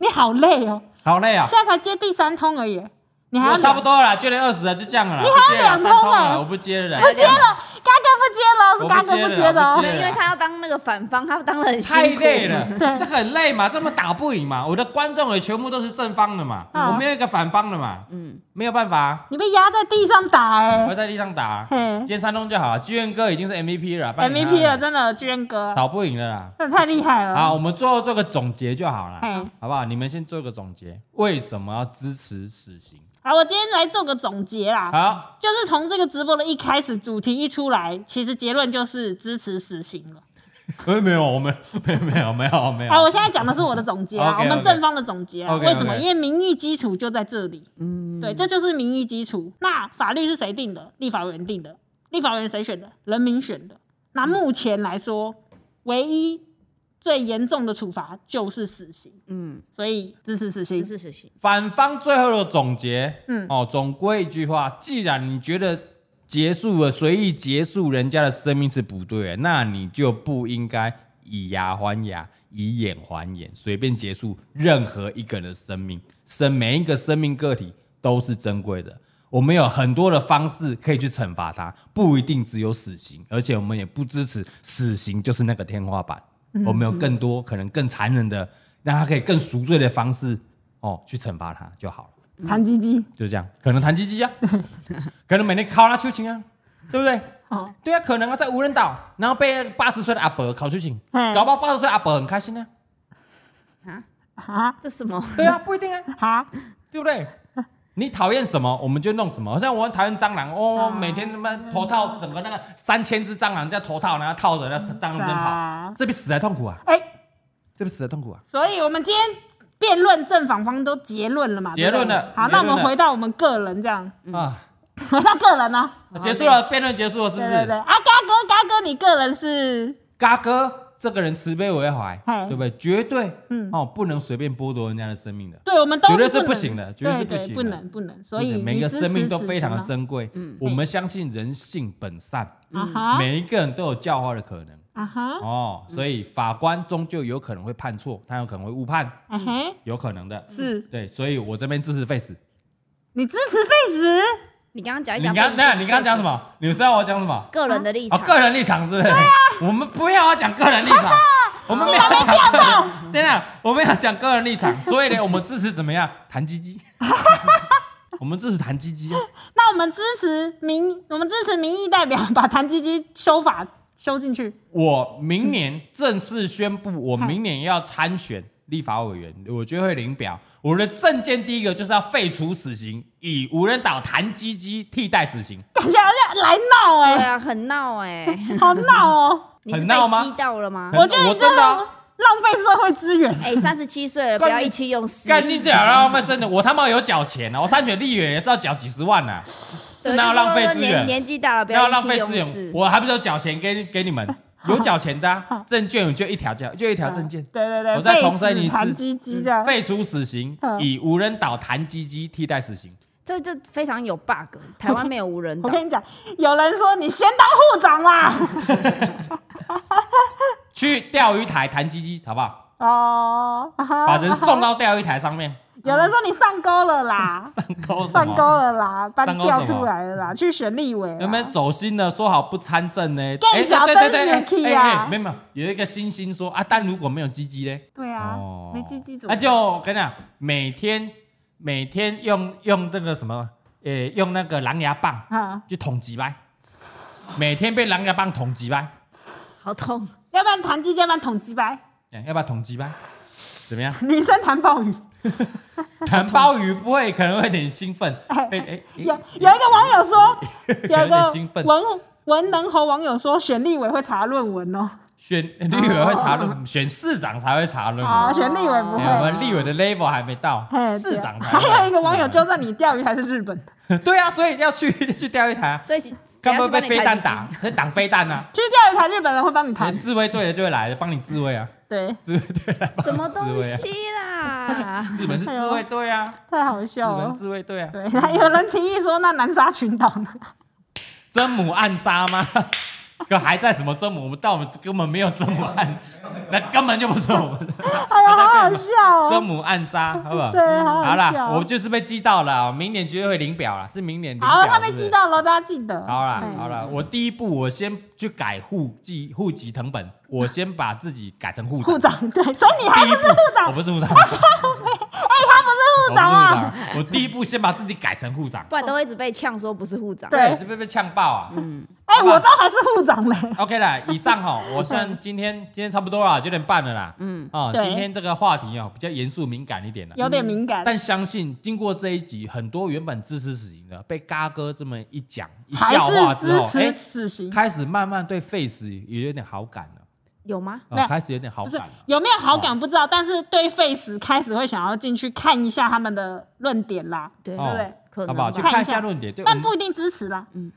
你好累哦，
好累啊。
现在才接第三通而已，你还要
我差不
两
多了啦，九点二十了，就这样了啦。
你
不
还有
接了啦
两
三
通
通
哎
了，我不接了啦。
不接了，嘎嘎不接了，是嘎嘎不接的
我不
哦
接，了
因为他要当那个反方，他当的很
啊太
辛苦。
累了， 这很累嘛，这么打不赢嘛，我的观众也全部都是正方的嘛，
啊
我没有一个反方的嘛，嗯，没有办法啊，
你被压在地上打
我
哎
要在地上打啊，
嘿
今天三通就好了，志愿哥已经是 MVP 了啊颁给他
，MVP 了，真的，剧院哥，
打不赢了啦。
真的太厉害了，
好，我们最后做个总结就好了
嘿，
好不好？你们先做个总结，为什么要支持死刑？
好，我今天来做个总结啦。
好，
就是从这个直播的一开始，主题一出来，其实结论就是支持死刑了。
哎没有没有，我们 没有没有没有没
啊，我
有，
现在讲的是我的总结啊，
OK，OK
我们正方的总结啊。
OK，OK
为什么？因为民意基础就在这里。嗯，对，这就是民意基础。那法律是谁定的？立法委员定的。立法委员谁选的？人民选的。那目前来说，唯一最严重的处罚就是死刑，
嗯，
所以支持死刑
是。是是是，
反方最后的总结，
嗯
哦，总归一句话，既然你觉得结束了，随意结束人家的生命是不对的，那你就不应该以牙还牙，以眼还眼，随便结束任何一个人的生命，生每一个生命个体都是珍贵的。我们有很多的方式可以去惩罚他，不一定只有死刑，而且我们也不支持死刑就是那个天花板。我们有更多可能更残忍的，让他可以更赎罪的方式哦，去惩罚他就好了。
弹鸡鸡，
就这样，可能弹鸡鸡啊， 可能每天考他秋千啊，对不对？
哦
对啊，可能啊，在无人岛，然后被那个八十岁的阿伯考秋千，
嗯
搞不好八十岁的阿伯很开心呢、
啊
这什么？
对啊，不一定啊，
啊，
对不对？你讨厌什么，我们就弄什么。好像我很讨厌蟑螂，
啊
哦，每天他妈头套整个那个三千只蟑螂在头套，然后套着，那蟑螂奔跑
啊，
这比死还痛苦啊，
哎、
这比死还痛苦啊。
所以我们今天辩论正反方都结论了嘛？
结论了
对不对好，
结论了
那我们回到我们个人这样，
啊，
回到个人呢、
结束了，辩论结束了，是不
对对对，
是？
啊，嘎哥，嘎哥，你个人是
嘎哥这个人慈悲为怀，
嘿
对不对？绝对，
嗯
哦，不能随便剥夺人家的生命的。
对，我们都
绝对
是
是
不
不
能
行的绝对
对
是
对
不行的
不能不能，所
就是
以
每
你
个
支
生命
持
都
此
非
行
常的
吗嗯
珍贵。我们相信人性本善，
啊哈
每一个人都有教化的可能。
啊哈，
哦，所以法官终究有可能会判错，他有可能会误判，
哎嘿，
有可能的。
是
对，所以我这边支持 Face。
你支持废死，
你刚刚讲一
你
讲，
刚那，你刚刚讲什
么？
么？你是要我讲什么？
个人的立
哦，
场，
个人立场是不是？我们不要要讲个人立场，我们没有讲个人。 等一下，我们要讲个人立场，所以呢，我们支持怎么样？弹鸡鸡。我们支持弹鸡鸡啊。
那我们支持民，我们支持民意代表把弹鸡鸡修法修进去，
我明年正式宣布，我明年要参选立法委员，我觉得会领表。我的政见第一个就是要废除死刑，以无人岛弹鸡鸡替代死刑。
感觉好像来闹
对
哎、
啊，很闹 哎，
好闹哦，
你是
很
被
闹吗
激到了吗？
我觉得
我
你 真
真
的
的啊
浪费社会资源。
哎，三十七岁了，不要意气用事，
干你屌啊！妈真的，我他妈有缴钱啊！我参选立委也是要缴几十万啊呐、
对
真的要
就说
浪费资
年
源
年纪大了，不
要
意
浪
气
费
用
资源
事。。
我还不是有缴钱给给你 们，有缴钱的、啊、证券，就一条就就一条证件。
对啊对对，
我再重申一次嗯
弹鸡鸡这样。
废除死刑，
嗯
以无人岛弹鸡鸡替代死刑。
这这非常有 bug，台湾没有无 人
我
岛。
跟你讲，有人说你先当护长啦。
去钓鱼台弹鸡鸡，好不好？
哦，把
把人送。到钓鱼台上面，
有人说你上钩了 啦，
勾什么
上钩啊了啦，把
上
你
钩什
调
么嗯
出来了啦，去选立委啦。
有没有走心的？说好不参政呢？
更
哎
小
对
灯
对对，
选
哎
key
哎
啊
哎没有没有，有一个星星说啊，但如果没有鸡鸡嘞，
对啊，没鸡鸡怎么
那
办？
哦就我跟你讲，每天每天用用这个什么，呃，用那个狼牙棒
啊，
去捅几掰，每天被狼牙棒捅几掰，
好痛！
要不然弹鸡，要不然捅鸡掰，
哎要不要捅几掰？怎么样？
女生弹暴雨，
弹鲍鱼不会，可能会有点兴奋。被哎，
有有一个网友说，有一
有点兴
个
奋
文文能和网友说，选立委会查论文哦，
选立委会查论，选市长才会查论文。
啊，选立委不
哎我
会。
们立委的 level 还没到
嘿，啊
市长才会
还有一个网友纠正你钓鱼才是日本 的，
对啊，所以要去 去钓一台啊，
所以只
干不
要
会
去帮
被
你
飞
开
弹
机
打，会挡飞弹 啊。
去钓鱼台日本人会帮你谈
连。自卫队的就会来帮你自卫啊，
对，
自卫队来 帮
什么
你自卫啊
东西 啦？
日本是自卫队啊，
太好
日
笑
本
了。
自卫队啊，
对，有人提议说，那南沙群岛呢？
真母暗杀吗？ 可还在什么真母？我们但我们根本没有真母暗，那根本就不是我们的
哎呀，好好笑
真
哦！
母暗杀，好不好？
对，好
好
好
啦，
笑。
我就是被记到了，哦明年绝对会领表了，是明年领表。
好，他被
是不是
记。到了，大家记得。
好啦，
哎
好啦，我第一步我先去改户籍户籍成本，我先把自己改成户
护
长。
长对，所以你还
第
不
一
是
步
护
我
长，哎
不是护长，我不是
他不是护长啊。
护长我第一步先把自己改成护长。哎
不然都会一直被呛说不是护长。
对
这被被呛爆啊！
哎，我都还是护长嘞。
OK 啦，以上哈，我算今天 今天差不多啦，九点半了啦。嗯，哦，
对
今天这个话题哦比较严肃敏感一点了，
有点敏感，
但相信经过这一集，很多原本支持死刑的被嘎哥这么一讲一
还
教化
是
之
支
后，哎
持，死刑。
开始慢慢对 Face 也有点好感了，
有吗？
哦
没有
开始有点好
不是
感了。
有没有好感不知道，但是对 Face 开始会想要进去看一下他们的论点啦，
对
哦
对
可能
好不
吧
好？去
看一
看一
下
下论点，就
但不一定支持啦。
嗯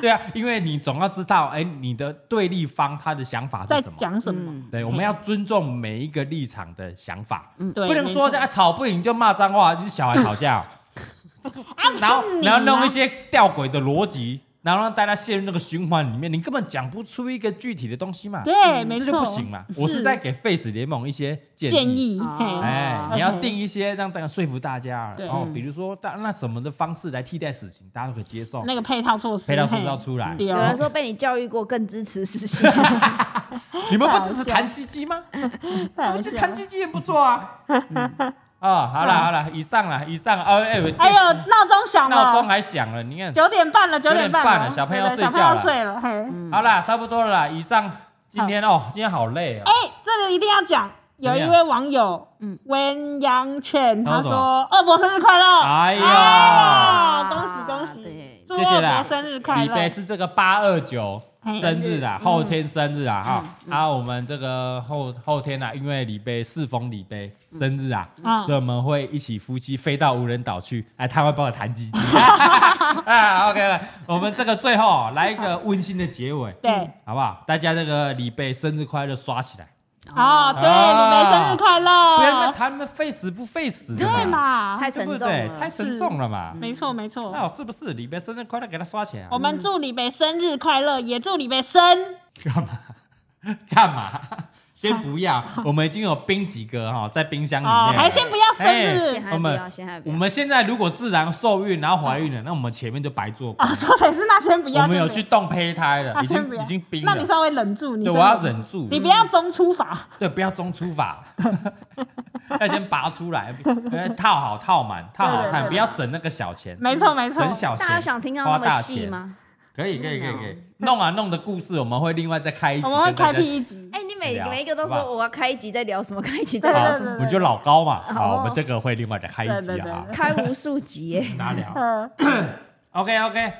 对啊，因为你总要知道，哎，你的对立方他的想法
在
是什么？
讲什么？
对，我们要尊重每一个立场的想法，
对，
不能说
没错
啊吵不赢就骂脏话，就是小孩吵 架哦，
啊，
然后
不是你
然后弄
吗
一些吊诡的逻辑，然后让大家陷入那个循环里面，你根本讲不出一个具体的东西嘛，
对，没
这
错，
就不行嘛。我是在给 Face 联盟一些建
建议，
哦
嘿，
哎，
OK
你要定一些让大家说服大家，
对
然后比如说，大那什么的方式来替代死刑，大家都可以接受，
那个配套措施，
陪到睡
嘿
觉出来。
对
有
哦
人说被你教育过，更支持实 习。
你们不只是弹鸡鸡吗？
太好
这
笑
弹
了
鸡鸡也不错 啊。哦，好了好了，以上了以上了哦，哎，我
哎呦，闹钟 响
闹钟
了，
还响了，你看，
九点半了，九点
九点半
了，
了小朋友
对对
睡
小朋
觉
友
了
睡了，嘿，
好啦，差不多了啦。以上今天哦，今天好累哦。
哎，这个一定要讲。有一
怎么
位
样
网友，
嗯
嗯，Wen Yang Chen，
他说
他
什
说：“二伯生日快乐！”
哎呀啊
呀恭喜恭喜
对，
祝
谢谢
二
啦
伯生日快
李
乐！嗯
飞是这个八二九
嘿嗯
生日啊，后天生日啊哈。啊，我们这个后后天啊，因为李贝适逢李贝生日啊
嗯，
所以我们会一起夫妻飞到无人岛去。哎，他会帮我弹吉 吉 啊。OK，我们这个最后哦来一个温馨的结尾，
对，
好不好？大家这个李贝生日快乐刷起来，
哦，对，李梅生日快乐！
不然那他们 face 不 face 的
啊对
嘛，
嘛，
太
对
沉
不
重
对？
了，
太沉重了嘛。
没错没错。
那我是不是李贝生日快乐给他刷起来啊？
我们祝李贝生日快乐，也祝李贝生
干嘛？干嘛？ 先不要，我们已经有冰几个哈，在冰箱里面
哦
了。，
还先不要生
先
日
还
我
不
们
要，先还不
我
要。
们现在如果自然受孕，然后怀孕了，那我们前面就白做工
啊，。说的是那先不要，
我们有
先不
去
要
动胚胎
那
了，已
先不
经
要
已经冰
那你
了。
稍微忍住，你
对，
稍
我
微
要，忍住，
你不要中出法，
对，不要中出法， 要先拔出 来，呃套好套满，套好
对对
套满，
对
不要省那个小钱，
没错没错
省，小
大家有
钱，
想听到
花
那么
大
细
钱？
吗？
可以可以可以可以，弄啊弄的故事我们会另外再开一集
嗯我
跟
们
大
会
家，
开辟一集，
哎，你每
聊
每一个都
好不好
说我要开一集在聊什么，开一集在
对
好
聊
对
什么，
对，
我
对
就老高嘛，好，
哦
我们这个会另外再开一集
对对
啊，
开无数集耶，
大家聊。
嗯，
OK OK，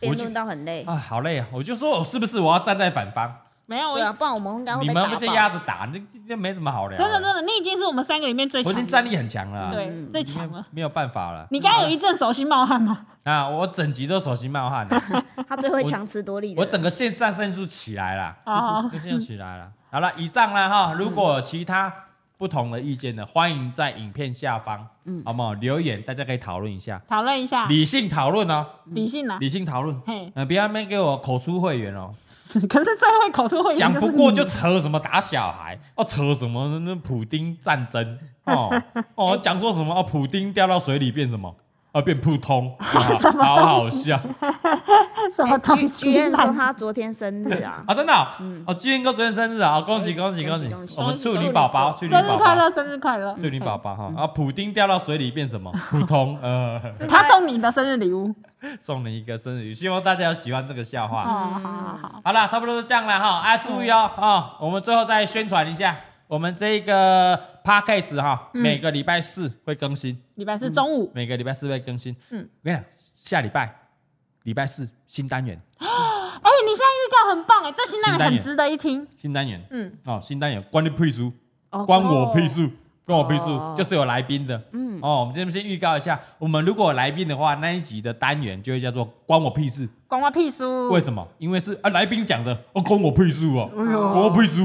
辩
就
论到很累。
啊，好累啊，我就说我是不是我要站在反方？
没有，我
对啊，不然我们
哦
应该会
你
被
们
打
被这
爆
鸭子打，这这这没什么好聊。
真的真，的，你已经是我们三个里面最
我
强
已经
的，
战力很强了啊，
对最强了。
没有办法了。
你刚刚有一阵手心冒 汗吗？
啊，我整集都手心冒汗了，
他最会
我
强词夺理的
我
人。
整个线上胜数起来了。
啊，
就先起来了。好了，以上了
嗯
哈。如果有其他不同的意见呢，欢迎在影片下方，嗯，好不好？留言，大家可以讨论一下，
讨论一下
理性讨论哦，
理性啊，
理性讨论。
嘿，
呃，不要没给我口出会员哦，
可是最会口出秽言，
讲不过就扯什么打小孩，哦，扯什么那普丁战争 哦
哎
哦，讲说什么哦，普丁掉到水里变什么？啊，变扑 通，哦
什么
好好笑
什么
哎
东
居居
西
然
烂
说他昨天生日啊，
啊！真的哦，哦，巨燕哥昨天生日啊，哦恭喜恭喜
哎恭
恭喜
喜恭！喜
我们处
嗯恭喜
女宝宝，处女
生日
宝
快
宝，
乐，生日快乐！
翠林宝宝哈啊，普丁掉到水里变什么？普通，呃，
这
他
太
送你的生日礼物。
送你一个生日礼物，希望大家有喜欢这个笑
哦，
话。
好好好，
啊好啦，差不多就这样了哈，啊，注意哦啊，我们最后再宣传一下，我们这个 podcast 哈，每个礼拜四会更新，
礼拜四中午，
每个礼拜四会更新。
嗯
嗯，我跟你讲，下礼拜礼拜四新单元，
哎，你现在预告很棒哎，这新
嗯
单
新
元
单
很
元
值得一听。
新单元，
嗯，
哦，新单元关你屁事，
哦
关我屁事，关我屁
哦
事，就是有来宾的。嗯，哦，我们这边先预告一下，我们如果有来宾的话，那一集的单元就会叫做关我屁事。
关我屁事！
为什么？因为是啊，来宾讲的，哦，关我屁事哦，关我屁事。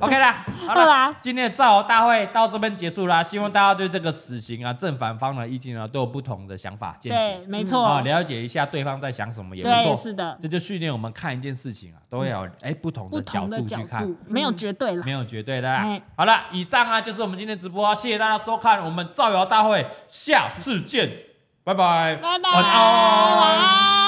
OK 啦，好
好
啦
啦，
今天的造谣大会到这边结束啦。希望大家对这个死刑啊，正反方的意见呢、都有不同的想法见
对，
解
没
啊，
错，
了解一下对方在想什么也不
哦对，
错。
是的，嗯
这就训练我们看一件事情啊，都要有哎不同
不
的角
同的
度
角
去看。
度，没有绝对啦
没。有绝对的啦
哎。
好了，以上啊就是我们今天直播啊，谢谢大家收看，我们造谣大会下次见，拜拜，
拜拜，
晚安
晚安。